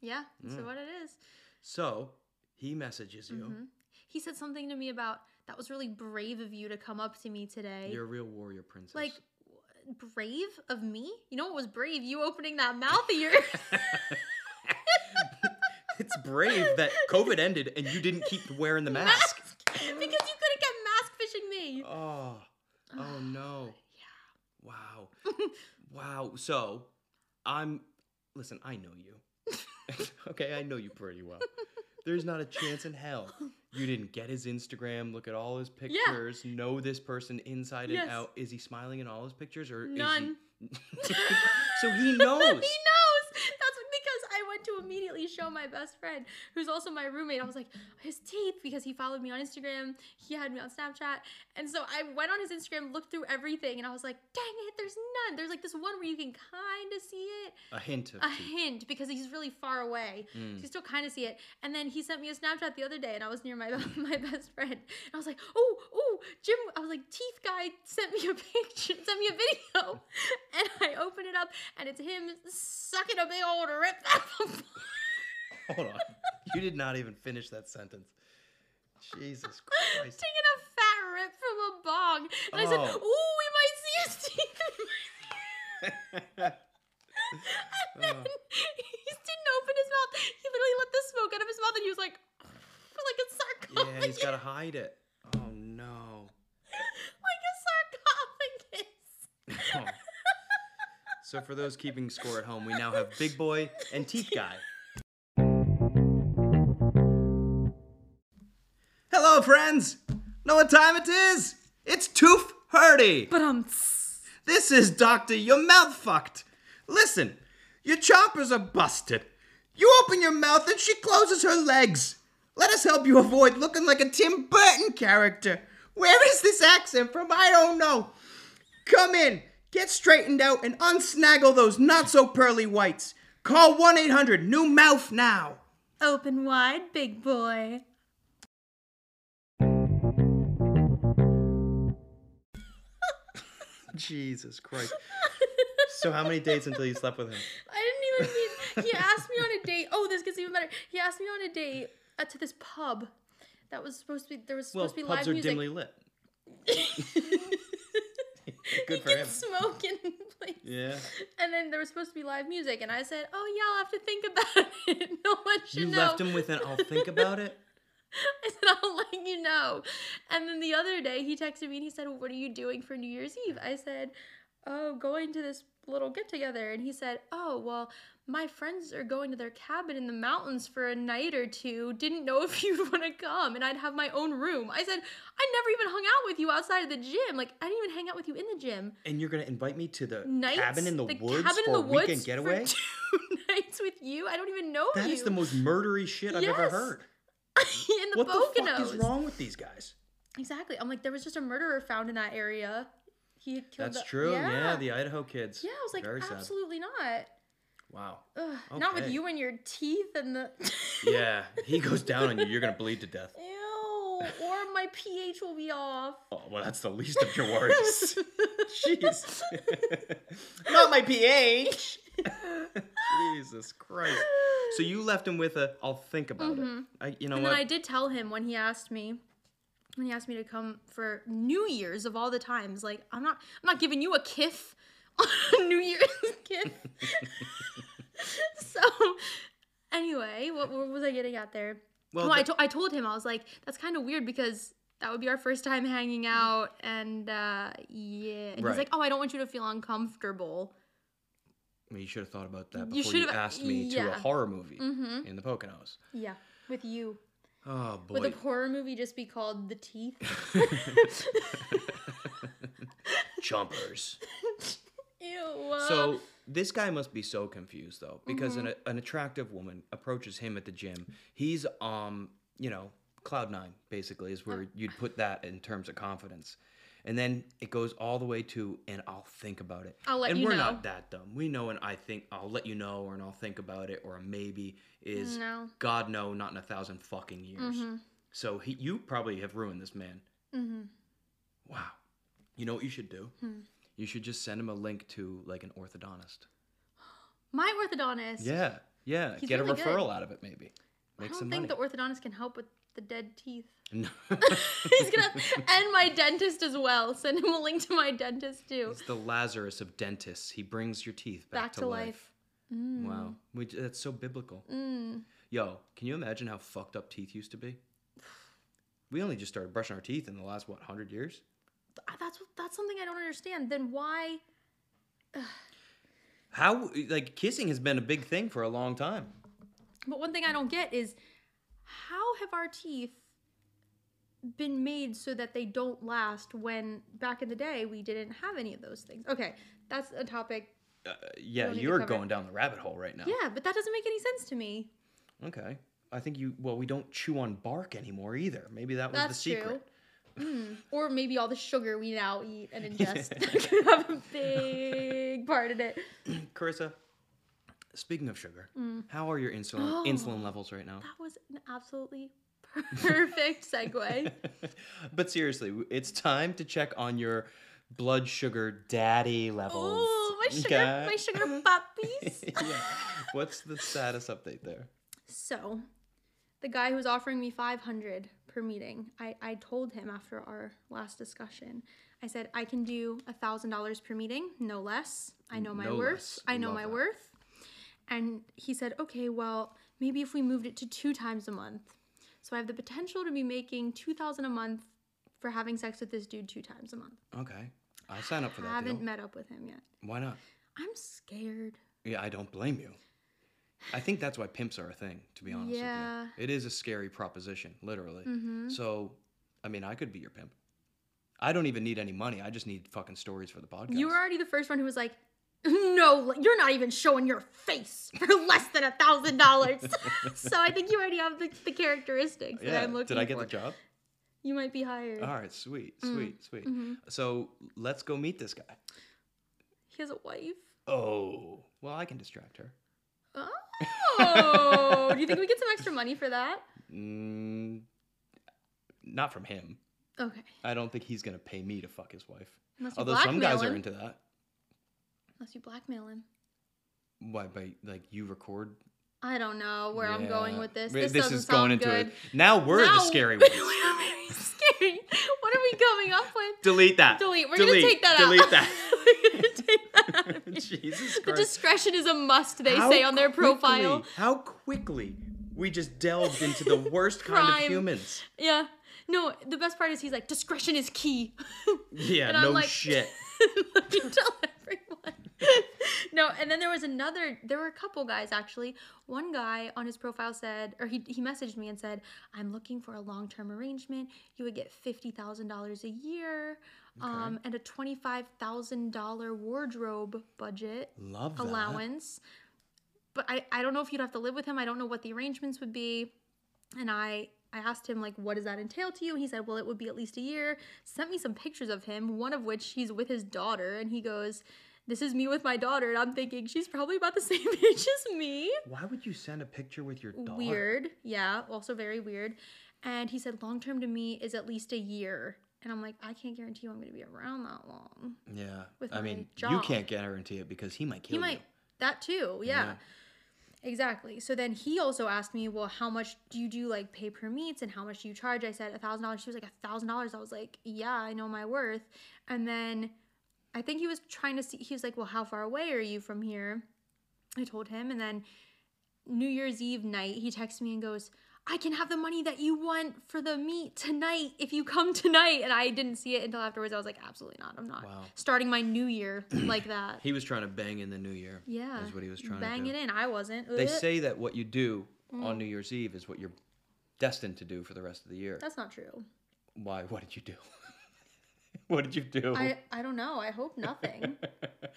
B: Yeah, that's
A: Mm.
B: what it is.
A: So, he messages you.
B: Mhm. He said something to me about that was really brave of you to come up to me today.
A: You're a real warrior princess.
B: like w- brave of me? You know what was brave? You opening that mouth of yours.
A: it's brave that COVID ended and you didn't keep wearing the mask.
B: because you couldn't get mask fishing me.
A: Oh, oh no.
B: Yeah.
A: Wow. wow. So, I'm listen, I know you. okay, I know you pretty well. There's not a chance in hell you didn't get his Instagram, look at all his pictures, know this person inside
B: Yes.
A: and out. Is he smiling in all his pictures or
B: None.
A: is he So he knows.
B: he knows. That's because I went to immediately show my best friend, who's also my roommate. I was like, his teeth, because he followed me on Instagram. He had me on Snapchat. And so I went on his Instagram, looked through everything, and I was like, dang it, there's none. There's like this one where you can kind of see it,
A: a hint of
B: a
A: teeth.
B: hint, because he's really far away. So
A: Mm.
B: you still kind of see it. And then he sent me a Snapchat the other day, and I was near my my best friend. And I was like, oh, oh, Jim. I was like, teeth guy sent me a picture, sent me a video, and I open it up, and it's him sucking a big old rip out of a
A: Hold on. You did not even finish that sentence. Jesus Christ.
B: taking a fat rip from a bong. And I said,
A: Oh.
B: ooh, we might see his teeth. and
A: Uh.
B: then he didn't open his mouth. He literally let the smoke out of his mouth, and he was like, like a sarcophagus.
A: yeah, he's got to hide it. Oh no.
B: like a sarcophagus.
A: Oh. So for those keeping score at home, we now have Big Boy and Teeth Guy. Hello, friends. Know what time it is? It's Toof Hurdy.
B: But um,
A: This is Doctor. Your mouth fucked. Listen, your choppers are busted. You open your mouth and she closes her legs. Let us help you avoid looking like a Tim Burton character. Where is this accent from? I don't know. Come in, get straightened out, and unsnaggle those not so pearly whites. Call 1 800 New Mouth now.
B: open wide, big boy.
A: Jesus Christ. So, how many dates until you slept with him?
B: I didn't even mean. He asked me on a date. Oh, this gets even better. He asked me on a date uh, to this pub. That was supposed to be. There was
A: Well,
B: supposed to be live
A: pubs are
B: music.
A: dimly lit. Good for
B: you
A: him.
B: can smoke in place.
A: Yeah.
B: And then there was supposed to be live music, and I said, "Oh yeah, I'll have to think about it. no one should
A: You
B: know."
A: left him with an I'll think about it?
B: I said, I'll let you know. And then the other day he texted me and he said, What are you doing for New Year's Eve? I said, Oh, going to this little get together. And he said, Oh, well, my friends are going to their cabin in the mountains for a night or two. Didn't know if you'd want to come. And I'd have my own room. I said, I never even hung out with you outside of the gym. Like, I didn't even hang out with you in the gym.
A: And you're gonna invite me to the
B: Nights,
A: cabin in the, woods
B: cabin in
A: for
B: the
A: a
B: woods
A: weekend getaway?
B: For two nights with you. I don't even know
A: That
B: you.
A: is the most murdery shit I've ever
B: Yes.
A: heard.
B: in the
A: what the fuck
B: Poconos.
A: is wrong with these guys?
B: Exactly. I'm like, there was just a murderer found in that area. He had killed.
A: That's
B: the-
A: true. Yeah.
B: Yeah.
A: the Idaho kids.
B: Yeah, I was like,
A: Very sad.
B: absolutely not.
A: Wow.
B: Ugh, Not with
A: Okay.
B: you and your teeth and the.
A: Yeah, he goes down on you. You're gonna bleed to death.
B: Ew. Or my pH will be off.
A: Oh, well, that's the least of your worries. Jeez. Not my pH. Jesus Christ. So you left him with a. I'll think about it. I, you know
B: Mm-hmm. And
A: what?
B: then I did tell him when he asked me, when he asked me to come for New Year's of all the times, like I'm not, I'm not giving you a kiff on New Year's kiff. so, anyway, what, what was I getting at there? Well, I,
A: the-
B: to- I told him I was like, that's kind of weird because that would be our first time hanging out, and uh, yeah, and
A: Right.
B: he's like, oh, I don't want you to feel uncomfortable.
A: Well, you should have thought about that
B: You
A: before you,
B: should've-
A: asked me to a
B: yeah.
A: horror movie
B: Mm-hmm.
A: in the Poconos.
B: Yeah, with you.
A: Oh boy.
B: Would the horror movie just be called The Teeth?
A: Chompers.
B: Ew. uh,
A: So this guy must be so confused though, because an,
B: Mm-hmm.
A: an attractive woman approaches him at the gym. He's um, you know, cloud nine basically is where you'd put that in terms of confidence. And then it goes all the way to, and I'll think about it.
B: I'll let
A: and
B: you
A: we're
B: know.
A: not that dumb. We know, and I think I'll let you know, or and I'll think about it, or a maybe is
B: No. Mm-hmm.
A: God no, not in a thousand fucking years. So he, you probably have ruined this man. Wow. You know what you should do?
B: Hmm.
A: You should just send him a link to like an orthodontist.
B: My orthodontist.
A: Yeah, yeah.
B: He's
A: Get a
B: really good.
A: referral out of it, maybe.
B: I
A: Make
B: don't
A: some money.
B: think the orthodontist can help with the dead teeth.
A: No.
B: He's gonna and my dentist as well. Send him a link to my dentist too.
A: It's the Lazarus of dentists. He brings your teeth back,
B: Back to life. Hmm.
A: Wow, we, j- that's so biblical.
B: Mm.
A: Yo, can you imagine how fucked up teeth used to be? We only just started brushing our teeth in the last what hundred years.
B: Th- That's what- that's something I don't understand. Then why?
A: How like kissing has been a big thing for a long time.
B: But one thing I don't get is how have our teeth been made so that they don't last when back in the day we didn't have any of those things. Okay, that's a topic.
A: Uh, yeah,
B: don't need to
A: you're
B: cover it.
A: going down the rabbit hole right now.
B: Yeah, but that doesn't make any sense to me.
A: Okay. I think you. Well, we don't chew on bark anymore either. Maybe that was the
B: That's
A: secret.
B: true. Mm. Or maybe all the sugar we now eat and ingest could have a big part in it.
A: Carissa, speaking of sugar,
B: Mm.
A: how are your insulin
B: Oh.
A: insulin levels right now?
B: That was an absolutely perfect segue.
A: but seriously, w- it's time to check on your blood sugar daddy levels.
B: Oh, my sugar,
A: okay?
B: my sugar puppies.
A: yeah. What's the status update there?
B: So, the guy who's offering me 500 per meeting, I, I told him after our last discussion, I said, I can do $1,000 per meeting, no less. I know my
A: No
B: worth.
A: less.
B: I know
A: Love
B: my
A: that.
B: worth. And he said, okay, well, maybe if we moved it to two times a month. So, I have the potential to be making 2000 a month for having sex with this dude two times a month.
A: Okay. I sign up for that
B: Haven't
A: deal.
B: met up with him yet.
A: Why not?
B: I'm scared.
A: Yeah, I don't blame you. I think that's why pimps are a thing, to be honest
B: Yeah. Mm-hmm.
A: with you. It is a scary proposition, literally. So, I mean, I could be your pimp. I don't even need any money. I just need fucking stories for the podcast.
B: You were already the first one who was like, no, you're not even showing your face for less than a thousand dollars. So I think you already have the, the characteristics that I'm looking
A: Did I get
B: for. Mm-hmm.
A: the job?
B: You might be hired.
A: All right, sweet, sweet, sweet. So let's go meet this guy.
B: He has a wife.
A: Oh, well, I can distract her.
B: Oh, do you think we get some extra money for that?
A: Mm, not from him.
B: Okay,
A: I don't think he's gonna pay me to fuck his wife.
B: Unless you
A: Although some guys
B: blackmail
A: are
B: him.
A: into that.
B: unless you blackmail him.
A: Why? By like you record.
B: I don't know where I'm going
A: Yeah.
B: with this.
A: Wait,
B: This, doesn't sound good.
A: Now we're the
B: Now-
A: scary
B: we
A: ones.
B: are very scary. What are we coming up with?
A: Delete that.
B: Delete. We're
A: Delete.
B: gonna take that
A: Delete
B: out. We're gonna take that out. of here.
A: Jesus
B: The
A: Christ.
B: discretion is a must, they
A: How
B: say on their profile.
A: quickly- How quickly We just delved into the worst kind of
B: Crime.
A: humans.
B: Yeah. No, the best part is he's like, discretion is key.
A: Yeah,
B: And I'm
A: no
B: like-
A: shit.
B: Let me tell everyone. no, and then there was another, there were a couple guys actually. One guy on his profile said, or he, he messaged me and said, I'm looking for a long term arrangement. You would get $50,000 a year um, and a $25,000 wardrobe budget
A: Love that.
B: allowance. But I, I don't know if you'd have to live with him. I don't know what the arrangements would be. And I I asked him like, what does that entail to you? And he said, well, it would be at least a year. Sent me some pictures of him, one of which he's with his daughter, and he goes, "This is me with my daughter." And I'm thinking she's probably about the same age as me.
A: Why would you send a picture with your dog?
B: Weird, yeah, also very weird. And he said, long term to me is at least a year. And I'm like, I can't guarantee you I'm going to be around that long.
A: Yeah.
B: With
A: I
B: my
A: mean, you
B: job.
A: can't guarantee it because he might kill
B: he might
A: you.
B: that too yeah. exactly so then he also asked me well how much do you do like pay per meets and how much do you charge i said a thousand dollars she was like a thousand dollars i was like yeah i know my worth and then i think he was trying to see he was like well how far away are you from here i told him and then new year's eve night he texts me and goes I can have the money that you want for the meet tonight if you come tonight. And I didn't see it until afterwards. I was like, absolutely not. I'm not
A: Wow.
B: starting my new year like that.
A: He was trying to bang in the new year.
B: Yeah.
A: Is what he was trying
B: bang
A: to do.
B: it Mm. in. I wasn't.
A: They
B: Ugh.
A: say that what you do on New Year's Eve is what you're destined to do for the rest of the year.
B: That's not true.
A: Why? What did you do? what did you do?
B: I, I don't know. I hope nothing.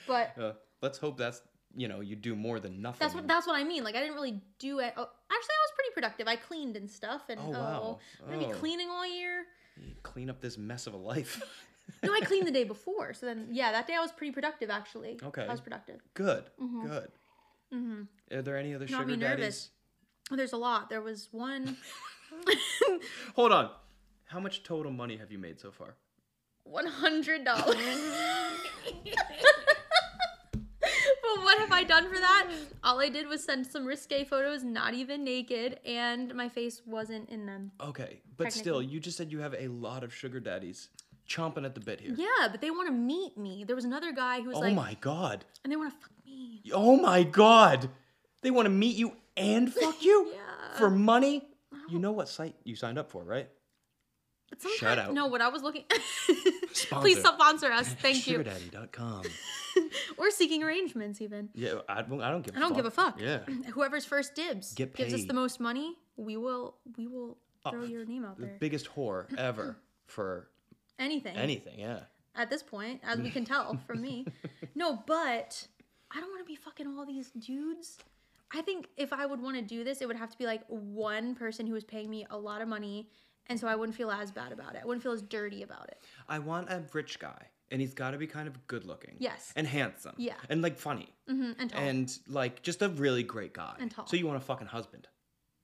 B: but
A: Uh, let's hope that's you know you do more than nothing.
B: that's what that's what I mean. Like I didn't really do it. Oh, actually, I was pretty productive. I cleaned and stuff. And
A: Oh,
B: oh,
A: wow.
B: I'm gonna be
A: Oh.
B: cleaning all year.
A: You clean up this mess of a life.
B: No, I cleaned the day before. So then, yeah, that day I was pretty productive actually.
A: Okay.
B: I was productive.
A: good.
B: Mm-hmm.
A: Good. Are there any other
B: Not
A: sugar
B: me
A: daddies?
B: nervous. There's a lot. There was one.
A: Hold on. How much total money have you made so far?
B: one hundred dollars. but what have I done for that? All I did was send some risque photos, not even naked, and my face wasn't in them.
A: Okay, but still,
B: Technically.
A: you just said you have a lot of sugar daddies chomping at the bit here.
B: Yeah, but they want to meet me. There was another guy who was
A: oh
B: like,
A: my god.
B: and they want to fuck me.
A: Oh my god. They want to meet you and fuck you
B: Yeah.
A: for money. You know what site you signed up for, right?
B: But
A: Shout
B: sometimes-
A: out.
B: No, what I was looking.
A: Sponsor.
B: Please sponsor us. Thank you.
A: Sugardaddy.com.
B: Or seeking arrangements, even.
A: yeah, I, don't- I don't give.
B: I don't give a fuck.
A: Yeah.
B: Whoever's first dibs
A: Get
B: gives us
A: paid. Oh,
B: the most money, we will we will throw your name out
A: The
B: there.
A: biggest whore ever for
B: Anything.
A: anything. Yeah.
B: at this point, as we can tell from me. No, but I don't want to be fucking all these dudes. I think if I would want to do this, it would have to be like one person who was paying me a lot of money, and so I wouldn't feel as bad about it. I wouldn't feel as dirty about it.
A: I want a rich guy, and he's got to be kind of good looking.
B: Yes.
A: And handsome.
B: Yeah.
A: And like funny.
B: hmm And tall.
A: and like just a really great guy.
B: And tall.
A: So you want a fucking husband.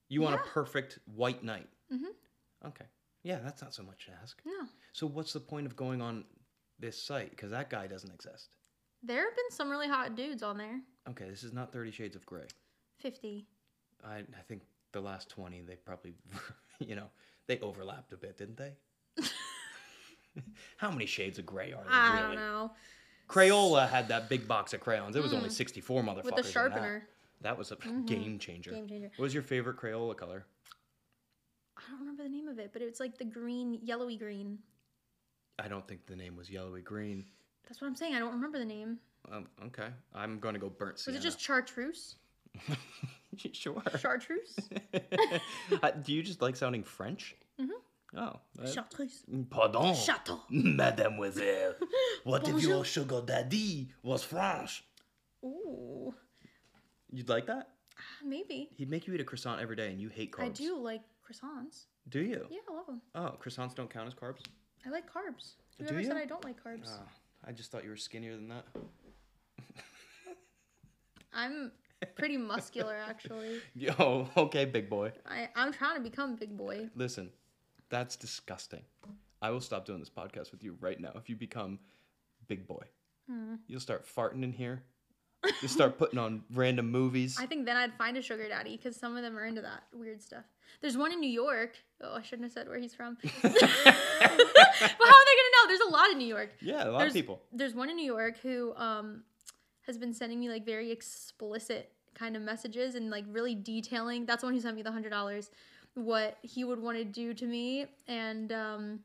A: You want
B: Yeah.
A: a perfect white knight.
B: Mhm.
A: Okay. Yeah, that's not so much to ask.
B: no,
A: So what's the point of going on this site? Because that guy doesn't exist.
B: there have been some really hot dudes on there.
A: Okay, this is not Thirty Shades of Grey.
B: Fifty.
A: I, I think the last twenty they probably, you know, they overlapped a bit, didn't they? How many shades of grey are there
B: I
A: Oh, really?
B: don't know.
A: Crayola had that big box of crayons. It was only sixty-four motherfuckers. in that.
B: Mm. sharpener. Mm-hmm.
A: That, was a game changer.
B: Game changer.
A: What was your favorite Crayola color?
B: I don't remember the name of it, but it's like the green, yellowy green.
A: I don't think the name was yellowy green.
B: That's what I'm saying. I don't remember the name.
A: Um, okay, I'm gonna go burnt
B: Was
A: sienna.
B: it just chartreuse?
A: sure?
B: Chartreuse?
A: Uh, do you just like sounding French? Mm-hmm. Oh, uh,
B: chartreuse.
A: pardon,
B: Chateau.
A: mademoiselle. What if your
B: Bonjour.
A: sugar daddy was French?
B: Ooh. Ah,
A: You'd like that?
B: Maybe.
A: He'd make you eat a croissant every day, and you hate carbs.
B: I do like croissants.
A: Do you?
B: Yeah, I love them.
A: Oh, croissants don't count as carbs.
B: I like carbs.
A: Do
B: Who ever said
A: you?
B: I don't like carbs?
A: Oh, I just thought you were skinnier than that.
B: I'm pretty muscular, actually.
A: Yo, okay, big boy.
B: I, I'm trying to become big boy.
A: Listen, that's disgusting. I will stop doing this podcast with you right now if you become big boy.
B: Hmm.
A: You'll start farting in here. You'll start putting on random movies.
B: I think then I'd find a sugar daddy because some of them are into that weird stuff. There's one in New York. Oh, I shouldn't have said where he's from. but how are they gonna know? There's a lot in New York.
A: yeah, a lot
B: There's
A: of people.
B: There's one in New York who um has been sending me like very explicit kind of messages and like really detailing. That's when he sent me the hundred dollars, what he would want to do to me. And um,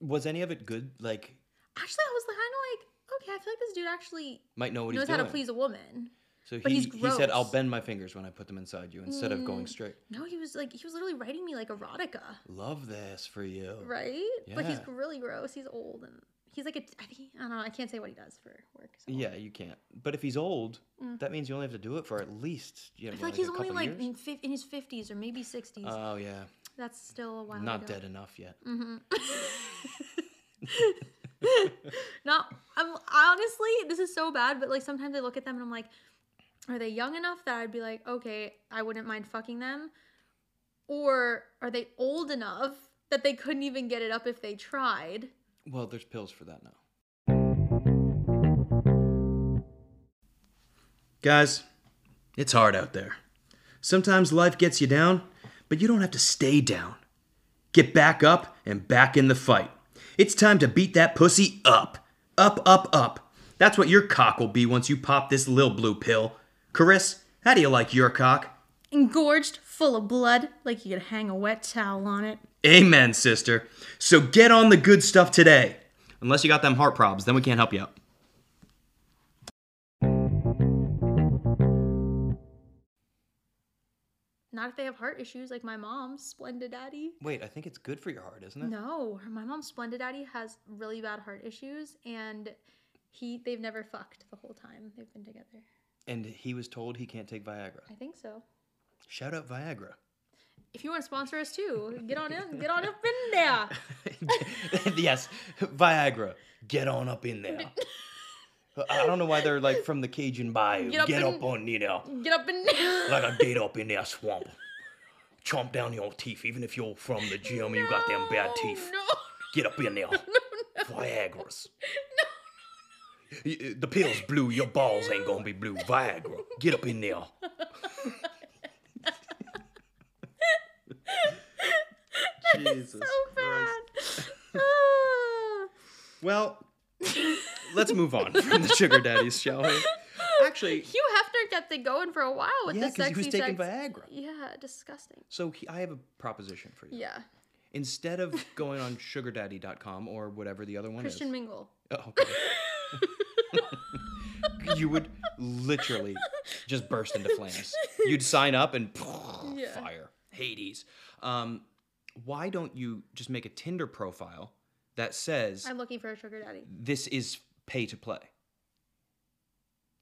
A: Was any of it good? Like,
B: actually, I was kind of like, okay, I feel like this dude actually
A: might know what
B: knows
A: he's
B: how
A: doing.
B: to please a woman.
A: So
B: but
A: he,
B: he's
A: he said, "I'll
B: gross.
A: bend my fingers when I put them inside you instead of going
B: Mm.
A: straight."
B: No, he was like, he was literally writing me like erotica,
A: Love this for you.
B: right? But he's
A: Yeah.
B: really gross. He's old and he's like a. I think I don't know. I can't say what he does for work. so-
A: Yeah, you can't. But if he's old,
B: Mm.
A: that means you only have to do it for at least you
B: I
A: know,
B: feel like
A: like
B: he's
A: a
B: only
A: couple
B: like
A: years.
B: in, fif- in his fifties or maybe sixties.
A: Oh yeah,
B: That's still a while.
A: not
B: ago.
A: dead enough yet.
B: hmm Not, I'm honestly, this is so bad, but like sometimes I look at them and I'm like, are they young enough that I'd be like, okay, I wouldn't mind fucking them? Or are they old enough that they couldn't even get it up if they tried?
A: Well, there's pills for that now. Guys, it's hard out there. Sometimes life gets you down, but you don't have to stay down. Get back up and back in the fight. It's time to beat that pussy up. Up, up, up. That's what your cock will be once you pop this lil blue pill. Chris, how do you like your cock?
B: Engorged, full of blood, like you could hang a wet towel on it.
A: Amen, sister. So get on the good stuff today. Unless you got them heart problems, then we can't help you out.
B: Not if they have heart issues like my mom's splendid daddy.
A: Wait, I think it's good for your heart, isn't it?
B: No, her- my mom's splendid daddy has really bad heart issues, and he they've never fucked the whole time they've been together.
A: And he was told he can't take Viagra.
B: I think so.
A: Shout out Viagra.
B: If you want to sponsor us too, get on in, get on up in there.
A: yes, Viagra. Get on up in there. I don't know why they're like from the Cajun Bayou.
B: Get up in-
A: on in there
B: Get up in there.
A: like a gate up in there swamp. Chomp down your teeth, even if you're from the gym and you got them bad
B: No,
A: teeth.
B: No,
A: Get up in there.
B: no, no.
A: Viagra's. Y- y- The pill's blue. Your balls ain't gonna be blue. Viagra. Get up in there. Jesus
B: So bad. Ah.
A: Well, let's move on from the sugar daddies, shall we? Actually,
B: Hugh Hefner kept it going for a while with
A: yeah,
B: the
A: because
B: sexy
A: he was taking
B: sex.
A: Viagra.
B: Yeah, disgusting.
A: So he, I have a proposition for you.
B: Yeah,
A: Instead of going on sugardaddy.com or whatever the other one
B: Christian
A: is,
B: Mingle.
A: oh, okay. you would literally just burst into flames. You'd sign up and
B: Yeah.
A: fire. Hades. Um, why don't you just make a Tinder profile that says
B: I'm looking for a sugar daddy.
A: this is pay to play.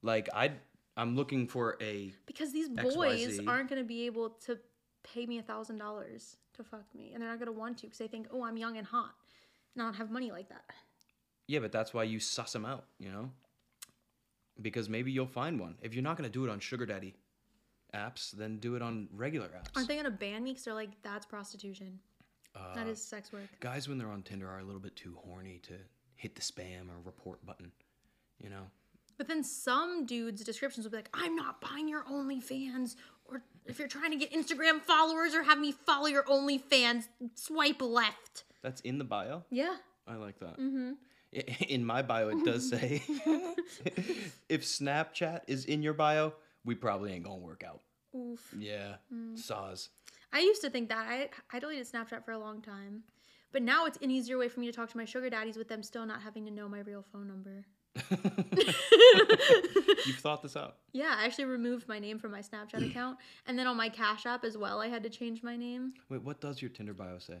A: Like I I'm looking for a
B: Because these
A: XYZ.
B: boys aren't going to be able to pay me a thousand dollars to fuck me, and they're not going to want to because they think, oh, I'm young and hot, and I don't have money like that.
A: yeah, but that's why you suss them out, you know? Because maybe you'll find one. If you're not going to do it on sugar daddy apps, then do it on regular apps.
B: Aren't they going to ban me? Because they're like, that's prostitution.
A: Uh,
B: that is sex work.
A: guys when they're on Tinder are a little bit too horny to hit the spam or report button, you know?
B: But then some dudes' descriptions will be like, I'm not buying your OnlyFans, or if you're trying to get Instagram followers or have me follow your OnlyFans, swipe left.
A: That's in the bio.
B: Yeah.
A: I like that.
B: Mm-hmm.
A: I- In my bio it does say if Snapchat is in your bio, we probably ain't going to work out.
B: Oof.
A: Yeah. Saws.
B: I used to think that I I deleted Snapchat for a long time, but now it's an easier way for me to talk to my sugar daddies with them still not having to know my real phone number.
A: You've thought this out.
B: yeah, I actually removed my name from my Snapchat account, and then on my Cash App as well, I had to change my name.
A: Wait, what does your Tinder bio say?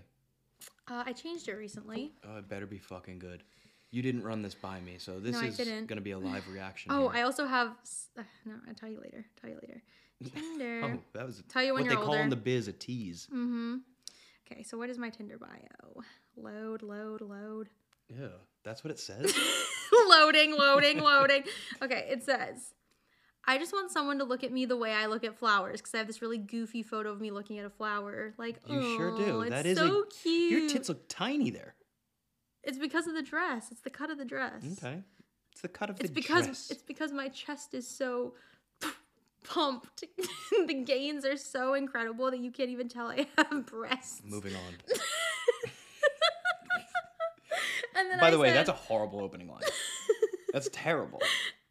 B: Uh, I changed it recently.
A: Oh, it better be fucking good. You didn't run this by me, so this
B: I
A: is
B: didn't.
A: gonna be a live reaction.
B: Oh, I
A: here.
B: also have. s- Uh, no, I'll tell you later. Tell you later. Tinder.
A: oh, that was
B: Tell you when
A: what
B: you're
A: they call in
B: older.
A: the biz a tease.
B: Mm-hmm. Okay, so what is my Tinder bio? Load, load, load.
A: Yeah, that's what it says.
B: loading, loading, loading. Okay, it says, I just want someone to look at me the way I look at flowers because I have this really goofy photo of me looking at a flower. Like,
A: You sure do.
B: "Aw, It's
A: That is a-
B: so cute.
A: your tits look tiny there.
B: It's because of the dress. It's the cut of the dress.
A: Okay, it's the cut of
B: It's
A: the
B: because
A: dress.
B: it's because my chest is so pumped. the gains are so incredible that you can't even tell I have breasts.
A: Moving on.
B: And then
A: By
B: I
A: the way,
B: said,
A: that's a horrible opening line. that's terrible.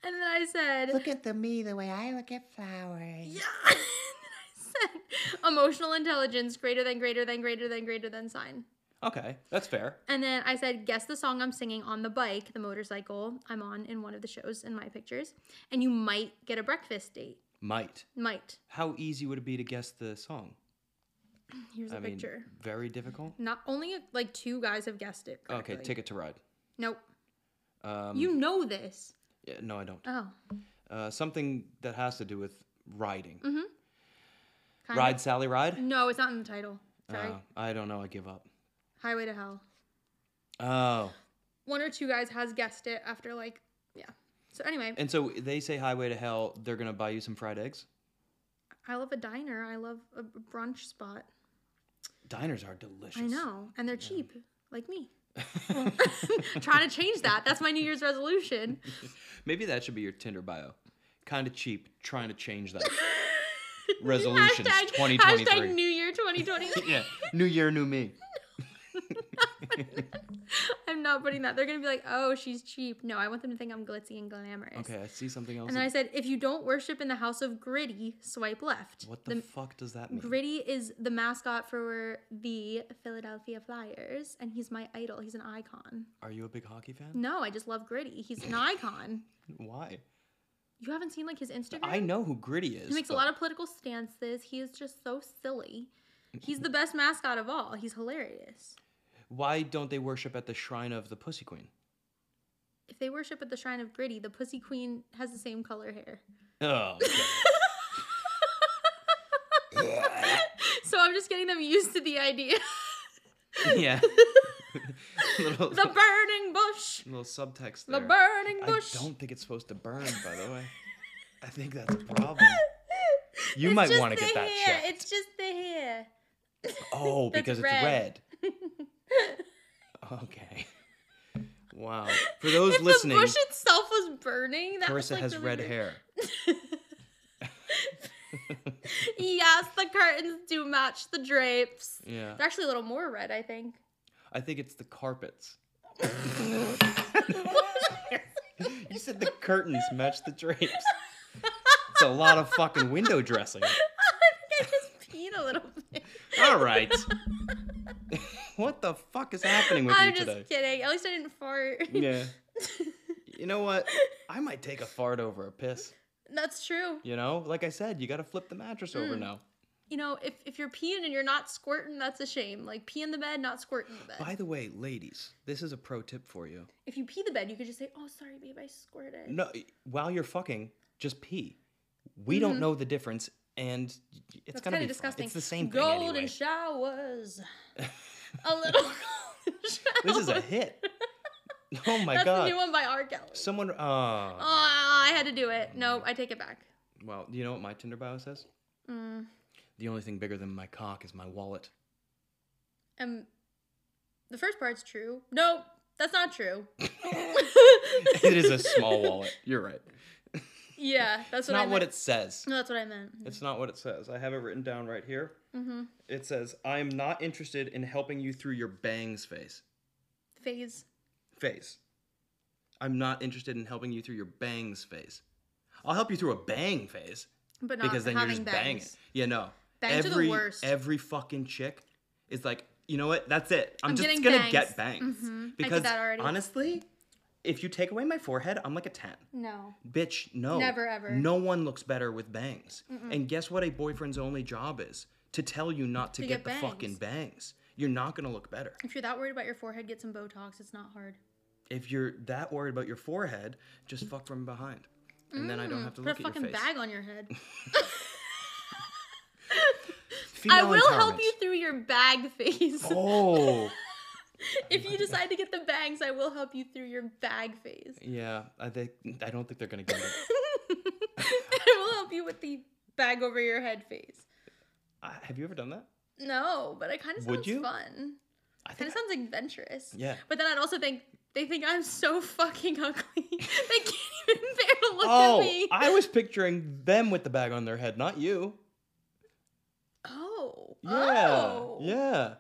B: And then I I said,
C: Look at the me the way I look at flowers.
B: Yeah. And then I said, emotional intelligence greater than greater than greater than greater than sign.
A: Okay, that's fair.
B: And then I said, guess the song I'm singing on the bike, the motorcycle I'm on in one of the shows in my pictures, and you might get a breakfast date.
A: Might.
B: Might.
A: How easy would it be to guess the song?
B: Here's a
A: I mean,
B: picture.
A: very difficult.
B: Not only like two guys have guessed it. Correctly.
A: Okay, Ticket to Ride.
B: Nope.
A: Oh. Um,
B: you know this.
A: yeah, no, I don't.
B: Oh.
A: Uh, something that has to do with riding.
B: Mm, Kind
A: Ride,
B: Of.
A: Sally, ride.
B: No, it's not in the title. Sorry.
A: Uh, I don't know. I give up.
B: Highway to Hell.
A: Oh,
B: One or two guys has guessed it after like yeah. So anyway,
A: and so they say Highway to Hell. They're gonna buy you some fried eggs.
B: I love a diner. I love a b- brunch spot.
A: Diners are delicious.
B: I know, and they're cheap, like me. Trying to change that. That's my New Year's resolution.
A: Maybe that should be your Tinder bio. Kind of cheap. Trying to change that.
B: Hashtag,
A: Resolutions.
B: hashtag
A: 2023.
B: New Year 2020.
A: Yeah. New year, new me.
B: I'm not putting that. They're gonna be like, oh, she's cheap. No, I want them to think I'm glitzy and glamorous.
A: Okay, I see something else.
B: And then I said, if you don't worship in the house of Gritty, swipe left.
A: what the, fuck does that mean?
B: Gritty is the mascot for the Philadelphia Flyers, and he's my idol. He's an icon.
A: Are you a big hockey fan?
B: No, I just love Gritty. He's an icon.
A: Why?
B: You haven't seen like his Instagram?
A: I know who Gritty is.
B: He makes a
A: but-
B: lot of political stances. He is just so silly. He's the best mascot of all. He's hilarious.
A: Why don't they worship at the shrine of the Pussy Queen?
B: If they worship at the shrine of Gritty, the pussy queen has the same color hair.
A: Oh,
B: So I'm just getting them used to the idea.
A: yeah. little,
B: the burning bush.
A: little subtext
B: The
A: there.
B: burning
A: I
B: bush.
A: don't think it's supposed to burn, by the way. I think that's a problem. You
B: It's
A: might
B: just
A: want to get
B: the
A: that
B: hair.
A: checked.
B: It's just the hair.
A: oh,
B: that's
A: because it's
B: red.
A: red. okay. Wow. For those
B: If
A: listening,
B: the bush itself was burning, that was
A: Carissa
B: like
A: has
B: really
A: red
B: weird.
A: hair.
B: Yes, the curtains do match the drapes.
A: Yeah.
B: They're actually a little more red, I think.
A: I think it's the carpets. you said the curtains match the drapes. It's a lot of fucking window dressing.
B: I think I just peed a little bit.
A: All right. what the fuck is happening with
B: I'm
A: you
B: just
A: today?
B: kidding. At least I didn't fart.
A: Yeah. You know what? I might take a fart over a piss.
B: That's true.
A: You know, like I said, you got to flip the mattress over
B: Mm.
A: now.
B: You know, if, if you're peeing and you're not squirting, that's a shame. Like pee in the bed, not squirt in the bed.
A: By the way, ladies, this is a pro tip for you.
B: If you pee the bed, you could just say, "Oh, sorry, babe, I squirted."
A: No, while you're fucking, just pee. We don't know the difference, and y- it's
B: Mm-hmm. that's
A: gonna
B: kind
A: be
B: of
A: fine.
B: disgusting.
A: It's the same thing
B: Golden
A: anyway.
B: showers. a little. golden
A: this is a
B: showers.
A: hit. Oh my
B: That's the
A: god!
B: new one by R. Kelly.
A: Someone. Uh,
B: Oh, I had to do it. No, I take it back.
A: Well, do you know what my Tinder bio says?
B: Mm.
A: The only thing bigger than my cock is my wallet.
B: Um, the first part's true. No, that's not true.
A: it is a small wallet. You're right.
B: Yeah, that's
A: It's
B: what I
A: not
B: meant.
A: what it says.
B: No, that's what I meant.
A: It's not what it says. I have it written down right here.
B: Mm-hmm.
A: It says, "I am not interested in helping you through your bangs phase."
B: Phase.
A: phase. I'm not interested in helping you through your bangs phase. I'll help you through a bang phase
B: But not
A: because then you're
B: having
A: just
B: bangs.
A: banging. Yeah, no.
B: Bangs are the
A: every,
B: worst.
A: Every fucking chick is like, you know what? That's it. I'm,
B: I'm
A: just
B: getting
A: gonna
B: bangs."
A: get bangs
B: Mhm. I did
A: because
B: that already.
A: honestly, if you take away my forehead, I'm like a ten.
B: No.
A: Bitch, no.
B: Never, ever.
A: No one looks better with bangs. And guess what? A boyfriend's only job is to tell you not to,
B: To
A: get,
B: get
A: the
B: bangs.
A: fucking bangs. You're not gonna look better.
B: If you're that worried about your forehead, get some Botox. It's not hard.
A: if you're that worried about your forehead, just fuck from behind. And then I don't have to
B: Mm, Put
A: look
B: a
A: at your
B: fucking
A: face.
B: bag on your head. I
A: Female
B: will help
A: empowerment.
B: you through your bag phase.
A: Oh,
B: if you decide to get the bangs, I will help you through your bag phase.
A: yeah. I think I don't think they're gonna get it.
B: I will help you with the bag over your head phase.
A: I, have you ever done that?
B: No, but it kind of
A: Would
B: sounds
A: you?
B: fun.
A: I
B: Kind
A: think.
B: of sounds adventurous.
A: Yeah.
B: But then I'd also think they think I'm so fucking ugly. they can't even bear to look at
A: oh,
B: me.
A: I was picturing them with the bag on their head, not you.
B: oh.
A: Yeah,
B: Oh. Mm.
A: yeah.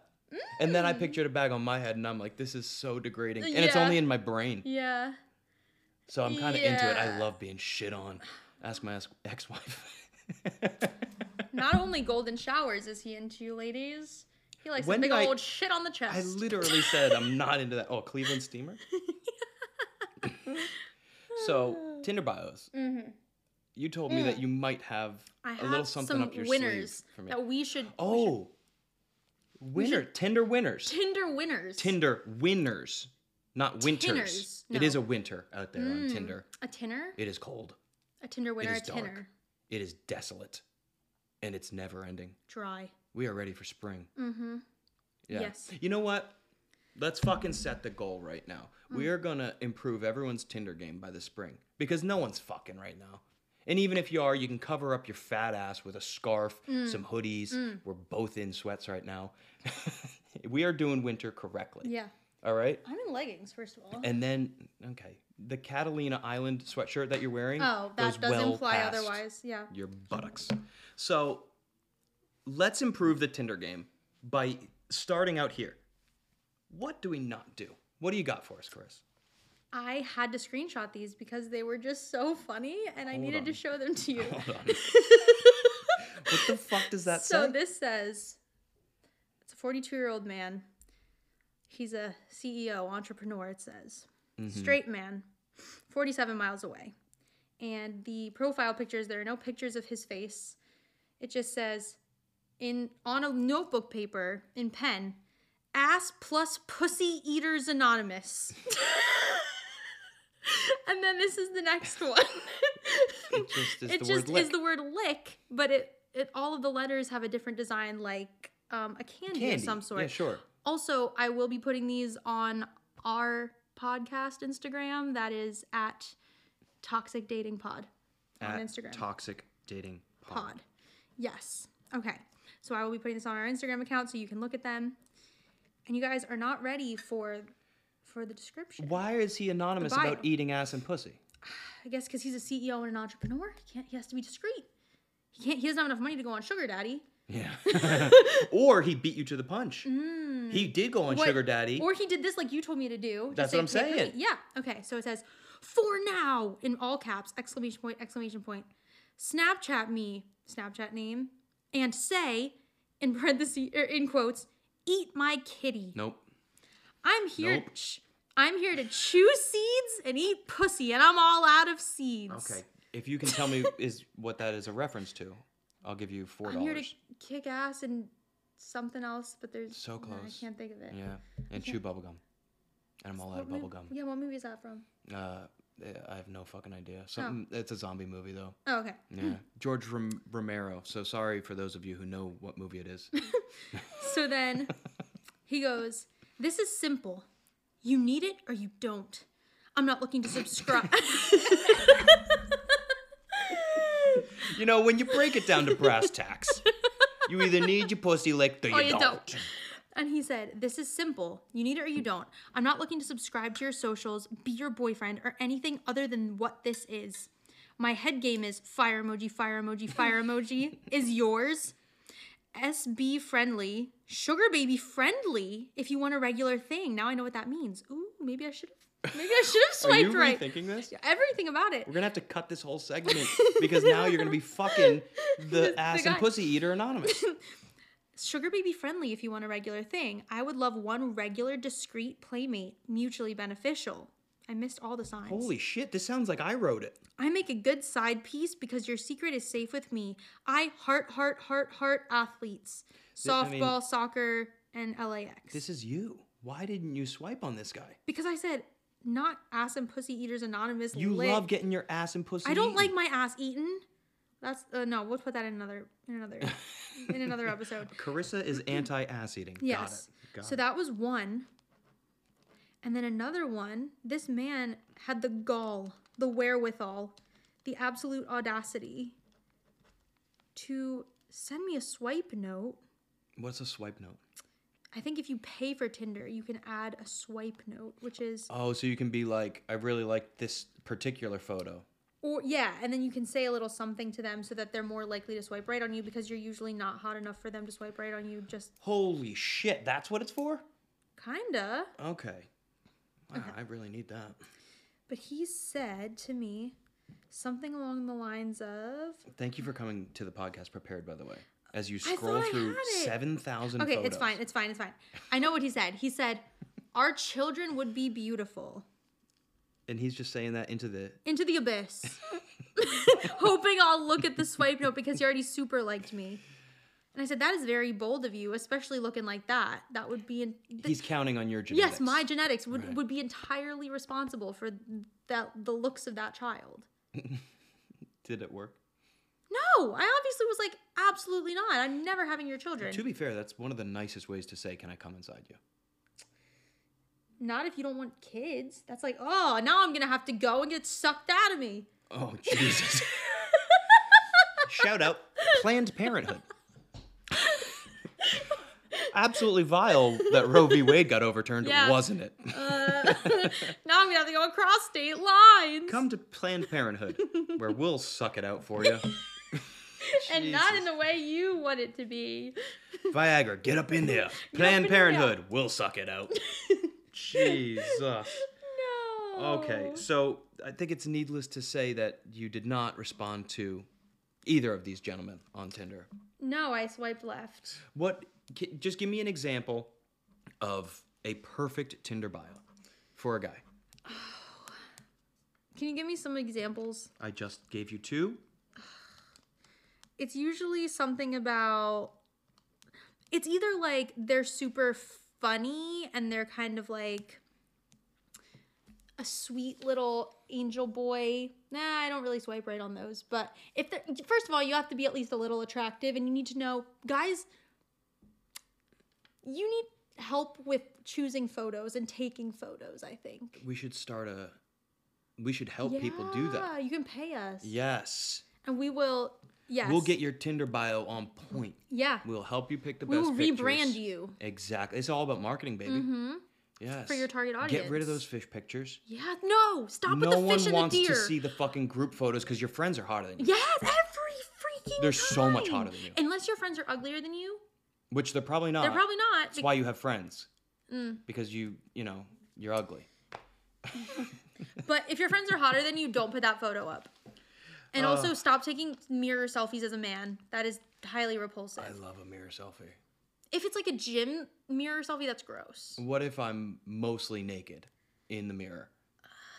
A: And then I pictured a bag on my head, and I'm like, this is so degrading, and it's
B: Yeah.
A: only in my brain.
B: Yeah.
A: So I'm kind of into it. I
B: Yeah.
A: love being shit on. Ask my ex wife.
B: Not only golden showers is he into, ladies. He likes a
A: When
B: big
A: did I-
B: old shit on the chest.
A: I literally said I'm not into that. Oh, Cleveland Steamer. so Tinder bios. You told me that you might have,
B: Mm-hmm. I
A: a little something up your
B: winners
A: sleeve for me.
B: that we should
A: oh, winner Tinder winners.
B: Tinder winners.
A: Tinder winners, not winters.
B: Tinners,
A: It is
B: no.
A: a winter out there on Tinder.
B: Mm. a tinner,
A: It is cold.
B: a Tinder winner, a
A: is dark.
B: tinner,
A: It is desolate, and it's never ending.
B: dry.
A: We are ready for spring.
B: Mm-hmm.
A: Yeah.
B: Yes.
A: You know what? Let's fucking set the goal right now.
B: Mm.
A: We are gonna improve everyone's Tinder game by the spring because no one's fucking right now. And even if you are, you can cover up your fat ass with a scarf,
B: Mm.
A: some hoodies. We're both in sweats right now. we are doing winter correctly.
B: Yeah,
A: All right.
B: I'm in leggings first of all.
A: And then, okay, the Catalina Island sweatshirt that you're wearing.
B: oh,
A: goes
B: that does
A: well
B: imply
A: past
B: otherwise. Yeah.
A: Your buttocks. So let's improve the Tinder game by starting out here. What do we not do? What do you got for us, Chris?
B: I had to screenshot these because they were just so funny, and I
A: Hold
B: needed to
A: on.
B: show them to you.
A: Hold on. what the fuck does that
B: so
A: say?
B: this says it's a 42 year old man he's a ceo entrepreneur it says
A: Mm-hmm.
B: straight man 47 miles away and the profile pictures there are no pictures of his face it just says in on a notebook paper in pen ass plus pussy eaters anonymous and then this is the next one
A: just is
B: it
A: the
B: just
A: word lick.
B: is the word lick but it, it all of the letters have a different design like um, a candy,
A: Candy.
B: of some sort
A: Yeah, sure.
B: also i will be putting these on our podcast instagram that is at toxic dating pod on
A: At
B: instagram
A: Toxic dating pod.
B: pod. Yes. Okay. So I will be putting this on our Instagram account so you can look at them. And you guys are not ready for for the description.
A: Why is he anonymous
B: bio.
A: about eating ass and pussy?
B: I guess because he's a CEO and an entrepreneur, he can't. He has to be discreet. He can't. He doesn't have enough money to go on sugar daddy.
A: Yeah. or he beat you to the punch. He did go on
B: Hmm. What-
A: Sugar Daddy.
B: Or he did this like you told me to do. to
A: That's what
B: save
A: I'm
B: my
A: saying.
B: cookie. Yeah. Okay. So it says, for now, in all caps, exclamation point, exclamation point, Snapchat me, Snapchat name, and say, in parentheses, or in quotes, eat my kitty.
A: nope.
B: I'm here.
A: Nope.
B: ch- I'm here to chew seeds and eat pussy, and I'm all out of seeds.
A: Okay. If you can tell me is what that is a reference to, I'll give you four
B: I'm here to
A: dollars.
B: kick ass and something else, but there's
A: So
B: no,
A: close.
B: I can't think of it.
A: Yeah, and chew bubble gum. And I'm all out of
B: What
A: bubble
B: mov-
A: gum.
B: Yeah. What movie is Oh. that from?
A: Uh, I have no fucking idea. Something. It's a zombie movie though.
B: Oh, okay.
A: Yeah. George Rom- Romero. So sorry for those of you who know what movie it is.
B: So then he goes, This is simple. You need it or you don't. I'm not looking to subscribe.
A: you know, when you break it down to brass tacks, you either need your pussy licked or you,
B: Oh, you
A: don't.
B: don't. and he said, This is simple. You need it or you don't. I'm not looking to subscribe to your socials, be your boyfriend, or anything other than what this is. My head game is fire emoji, fire emoji, fire emoji is yours. SB friendly, sugar baby friendly if you want a regular thing. Now I know what that means. Ooh, maybe I should have maybe I should have
A: Are you
B: swiped right.
A: rethinking this?
B: everything about it.
A: We're gonna have to cut this whole segment because now you're gonna be fucking the ass and
B: guy.
A: pussy eater anonymous.
B: Sugar baby friendly if you want a regular thing. I would love one regular, discreet playmate, mutually beneficial. I missed all the signs.
A: Holy shit! This sounds like I wrote it.
B: I make a good side piece because your secret is safe with me. I heart, heart, heart, heart athletes.
A: I
B: Softball,
A: mean-
B: soccer, and LAX.
A: This is you. Why didn't you swipe on this guy?
B: because I said, not ass and pussy eaters anonymous.
A: You
B: lick.
A: love getting your ass and pussy.
B: I don't
A: eaten.
B: like my ass eaten. That's uh, no. We'll put that in another in another in another episode.
A: Carissa is anti-ass eating.
B: Mm-hmm. Yes.
A: Got it. Got
B: so
A: it.
B: that was one. And then another one, this man had the gall, the wherewithal, the absolute audacity to send me a swipe note.
A: What's a swipe note?
B: I think if you pay for Tinder, you can add a swipe note, which is
A: Oh, so you can be like, I really like this particular photo.
B: or yeah, and then you can say a little something to them so that they're more likely to swipe right on you because you're usually not hot enough for them to swipe right on you just
A: Holy shit! That's what it's for.
B: kinda.
A: Okay. Wow, I really need that.
B: But he said to me something along the lines of
A: Thank you for coming to the podcast prepared, by the way. As you
B: thought
A: scroll
B: I
A: through
B: had it.
A: 7,000
B: Okay,
A: photos.
B: it's fine. It's fine. It's fine. I know what he said. He said, Our children would be beautiful
A: And he's just saying that into the.
B: into the abyss, hoping I'll look at the swipe note because he already super liked me. And I said, That is very bold of you, especially looking like that. That would be. In- th-
A: He's counting on your genetics.
B: yes, my genetics would,
A: Right.
B: would be entirely responsible for that, the looks of that child.
A: Did it work?
B: No, I obviously was like, Absolutely not. I'm never having your children.
A: To be fair, that's one of the nicest ways to say, Can I come inside you?
B: Not if you don't want kids. That's like, oh, now I'm gonna have to go and get sucked out of me.
A: Oh, Jesus. Shout out Planned Parenthood. Absolutely vile that Roe v. Wade got overturned,
B: Yeah.
A: wasn't it?
B: Uh, now I'm gonna have to go across state lines.
A: Come to Planned Parenthood, where we'll suck it out for you.
B: and not in the way you want it to be.
A: Viagra, get up in there. Planned
B: in there.
A: Parenthood, we'll suck it out. Jesus.
B: No.
A: Okay, so I think it's needless to say that you did not respond to either of these gentlemen on Tinder.
B: No, I swiped left.
A: What? c- Just give me an example of a perfect Tinder bio for a guy.
B: Can you give me some examples?
A: I just gave you two.
B: It's usually something about. It's either like they're super funny and they're kind of like a sweet little angel boy. Nah, I don't really swipe right on those. But if they're, first of all, you have to be at least a little attractive, and you need to know, guys, you need help with choosing photos and taking photos. I think
A: We should start a. We should help people do
B: Yeah,
A: that.
B: You can pay us,
A: Yes.
B: and we will. Yes,
A: We'll get your Tinder bio on point.
B: Yeah,
A: We'll help you pick the
B: we
A: best
B: will rebrand
A: pictures.
B: you
A: Exactly. It's all about marketing, baby. Mm-hmm. Yes.
B: for your target audience.
A: Get rid of those fish pictures.
B: Yeah, no, stop
A: no
B: with the
A: one
B: fish and
A: wants
B: the
A: to
B: deer.
A: see the fucking group photos because your friends are hotter than you,
B: Yes, every freaking.
A: They're so much
B: time.
A: hotter than you.
B: Unless your friends are uglier than you,
A: which they're probably not.
B: they're probably Mm. not.
A: That's why you have friends. Because you, you know, you're ugly.
B: But if your friends are hotter than you, don't put that photo up. And also stop taking mirror selfies as a man. That is highly repulsive.
A: I love a mirror selfie.
B: if it's like a gym mirror selfie, that's gross.
A: What if I'm mostly naked in the mirror?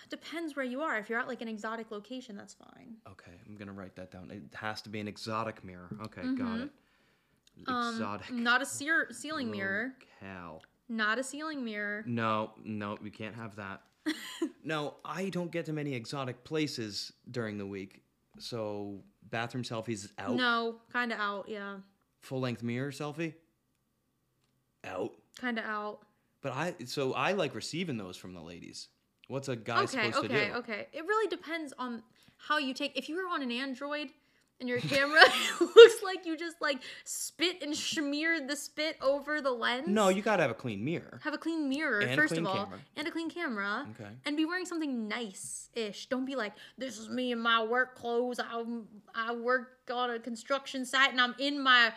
B: Depends where you are. If you're at like an exotic location, that's fine.
A: Okay, I'm gonna write that down. It has to be an exotic mirror. Okay, got it. Exotic
B: Mm-hmm. Um,
A: Oh,
B: Not a sear- ceiling mirror.
A: cow.
B: Not a ceiling mirror.
A: No, no, we can't have that. no, I don't get to many exotic places during the week, so bathroom selfies is out.
B: No, kind of out. Yeah,
A: Full length mirror selfie out.
B: kind of out.
A: But I so I like receiving those from the ladies. What's a guy
B: okay,
A: supposed to
B: okay,
A: do?
B: okay. It really depends on how you take. If you were on an Android and your camera looks like you just like spit and smeared the spit over the lens.
A: No, you gotta have a clean mirror.
B: have a clean mirror
A: And a
B: first
A: clean
B: of all,
A: camera. Mm.
B: and a clean camera.
A: Okay.
B: And be wearing something nice-ish. Don't be like, "This is me in my work clothes. I I work on a construction site, and I'm in my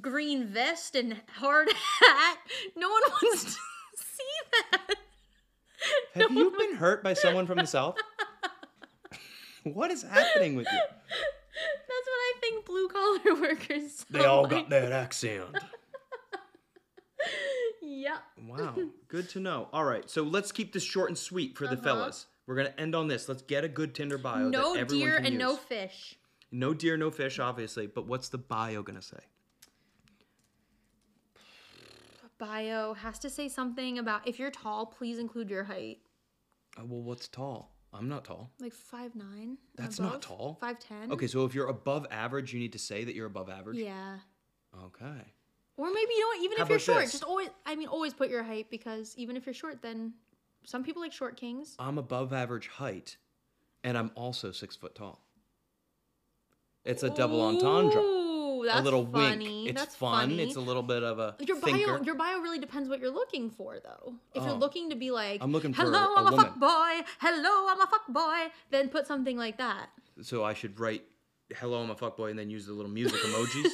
B: green vest and hard hat." No one wants to see that.
A: Have you been hurt by someone from the south? what is happening with you?
B: That's what I think blue collar workers. Sound like.
A: that accent.
B: Yep.
A: Wow, good to know. All right, so let's keep this short and sweet for the fellas. We're gonna end on this. Let's get a good Tinder bio. that
B: Uh-huh. No
A: everyone
B: deer
A: can
B: and
A: use.
B: no fish.
A: no deer, no fish, obviously. But what's the bio gonna say?
B: Bio has to say something about if you're tall, please include your height.
A: Oh, well, what's tall? I'm not tall.
B: Like five nine.
A: That's not tall.
B: Five ten.
A: Okay, so if you're above average, you need to say that you're above average.
B: Mm. Yeah.
A: Okay.
B: Or maybe you know what? Even
A: How
B: if you're
A: about
B: short,
A: this?
B: just always. I mean, always put your height because even if you're short, then some people like short kings.
A: I'm above average height, and I'm also six foot tall. It's a double entendre.
B: Ooh, that's
A: a little
B: funny.
A: wink. It's
B: that's
A: fun.
B: Funny.
A: It's a little bit of a
B: Your bio,
A: thinker.
B: your bio really depends what you're looking for, though. If
A: Oh.
B: you're looking to be like,
A: I'm looking for
B: hello,
A: a
B: I'm a,
A: woman."
B: fuck boy. Hello, I'm a fuck boy. Then put something like that.
A: So I should write "Hello, I'm a fuckboy" and then use the little music emojis.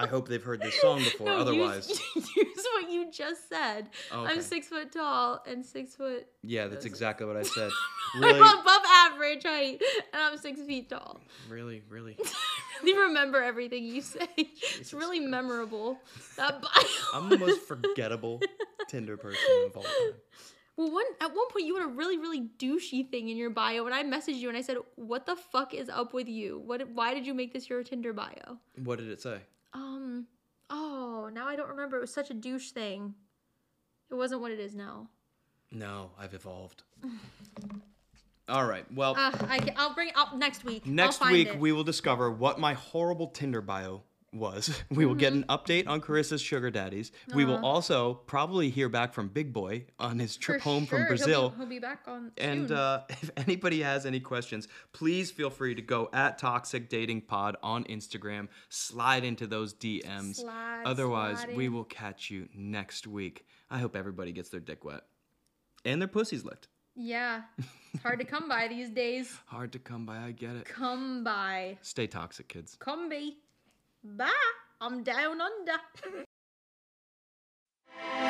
A: I hope they've heard this song before.
B: No,
A: Otherwise,
B: use, use what you just said.
A: Okay.
B: I'm six foot tall and six foot.
A: yeah, that's
B: This is-
A: exactly what I said.
B: I'm
A: Really,
B: above average height and I'm six feet tall.
A: really, really.
B: you remember everything you say. it's really memorable. That bio.
A: I'm the most
B: was-
A: forgettable Tinder person of all time.
B: well, one at one point you had a really really douchey thing in your bio, and I messaged you and I said, "What the fuck is up with you? What? Why did you make this your Tinder bio?"
A: What did it say?
B: Um. Oh, now I don't remember. It was such a douche thing. It wasn't what it is now.
A: No, I've evolved. All right. Well,
B: Uh, I can, I'll bring it up next week. I'll
A: next
B: find
A: week
B: it.
A: we will discover what my horrible Tinder bio was. We will get an
B: Mm-hmm.
A: update on Carissa's sugar daddies. We will also probably hear back from Big Boy on his
B: Uh-huh. For
A: trip home
B: sure,
A: from
B: he'll be-
A: Brazil.
B: He'll be, back on
A: And
B: soon.
A: uh, if anybody has any questions, please feel free to go at Toxic Dating Pod on Instagram. Slide into those DMs.
B: Slide,
A: um, Otherwise,
B: slide
A: we
B: in.
A: will catch you next week. I hope everybody gets their dick wet and their pussies licked.
B: yeah, it's hard to come by these days.
A: Hard to come by, I get it.
B: Come by,
A: Stay toxic, kids.
B: come be. Bye. I'm down under.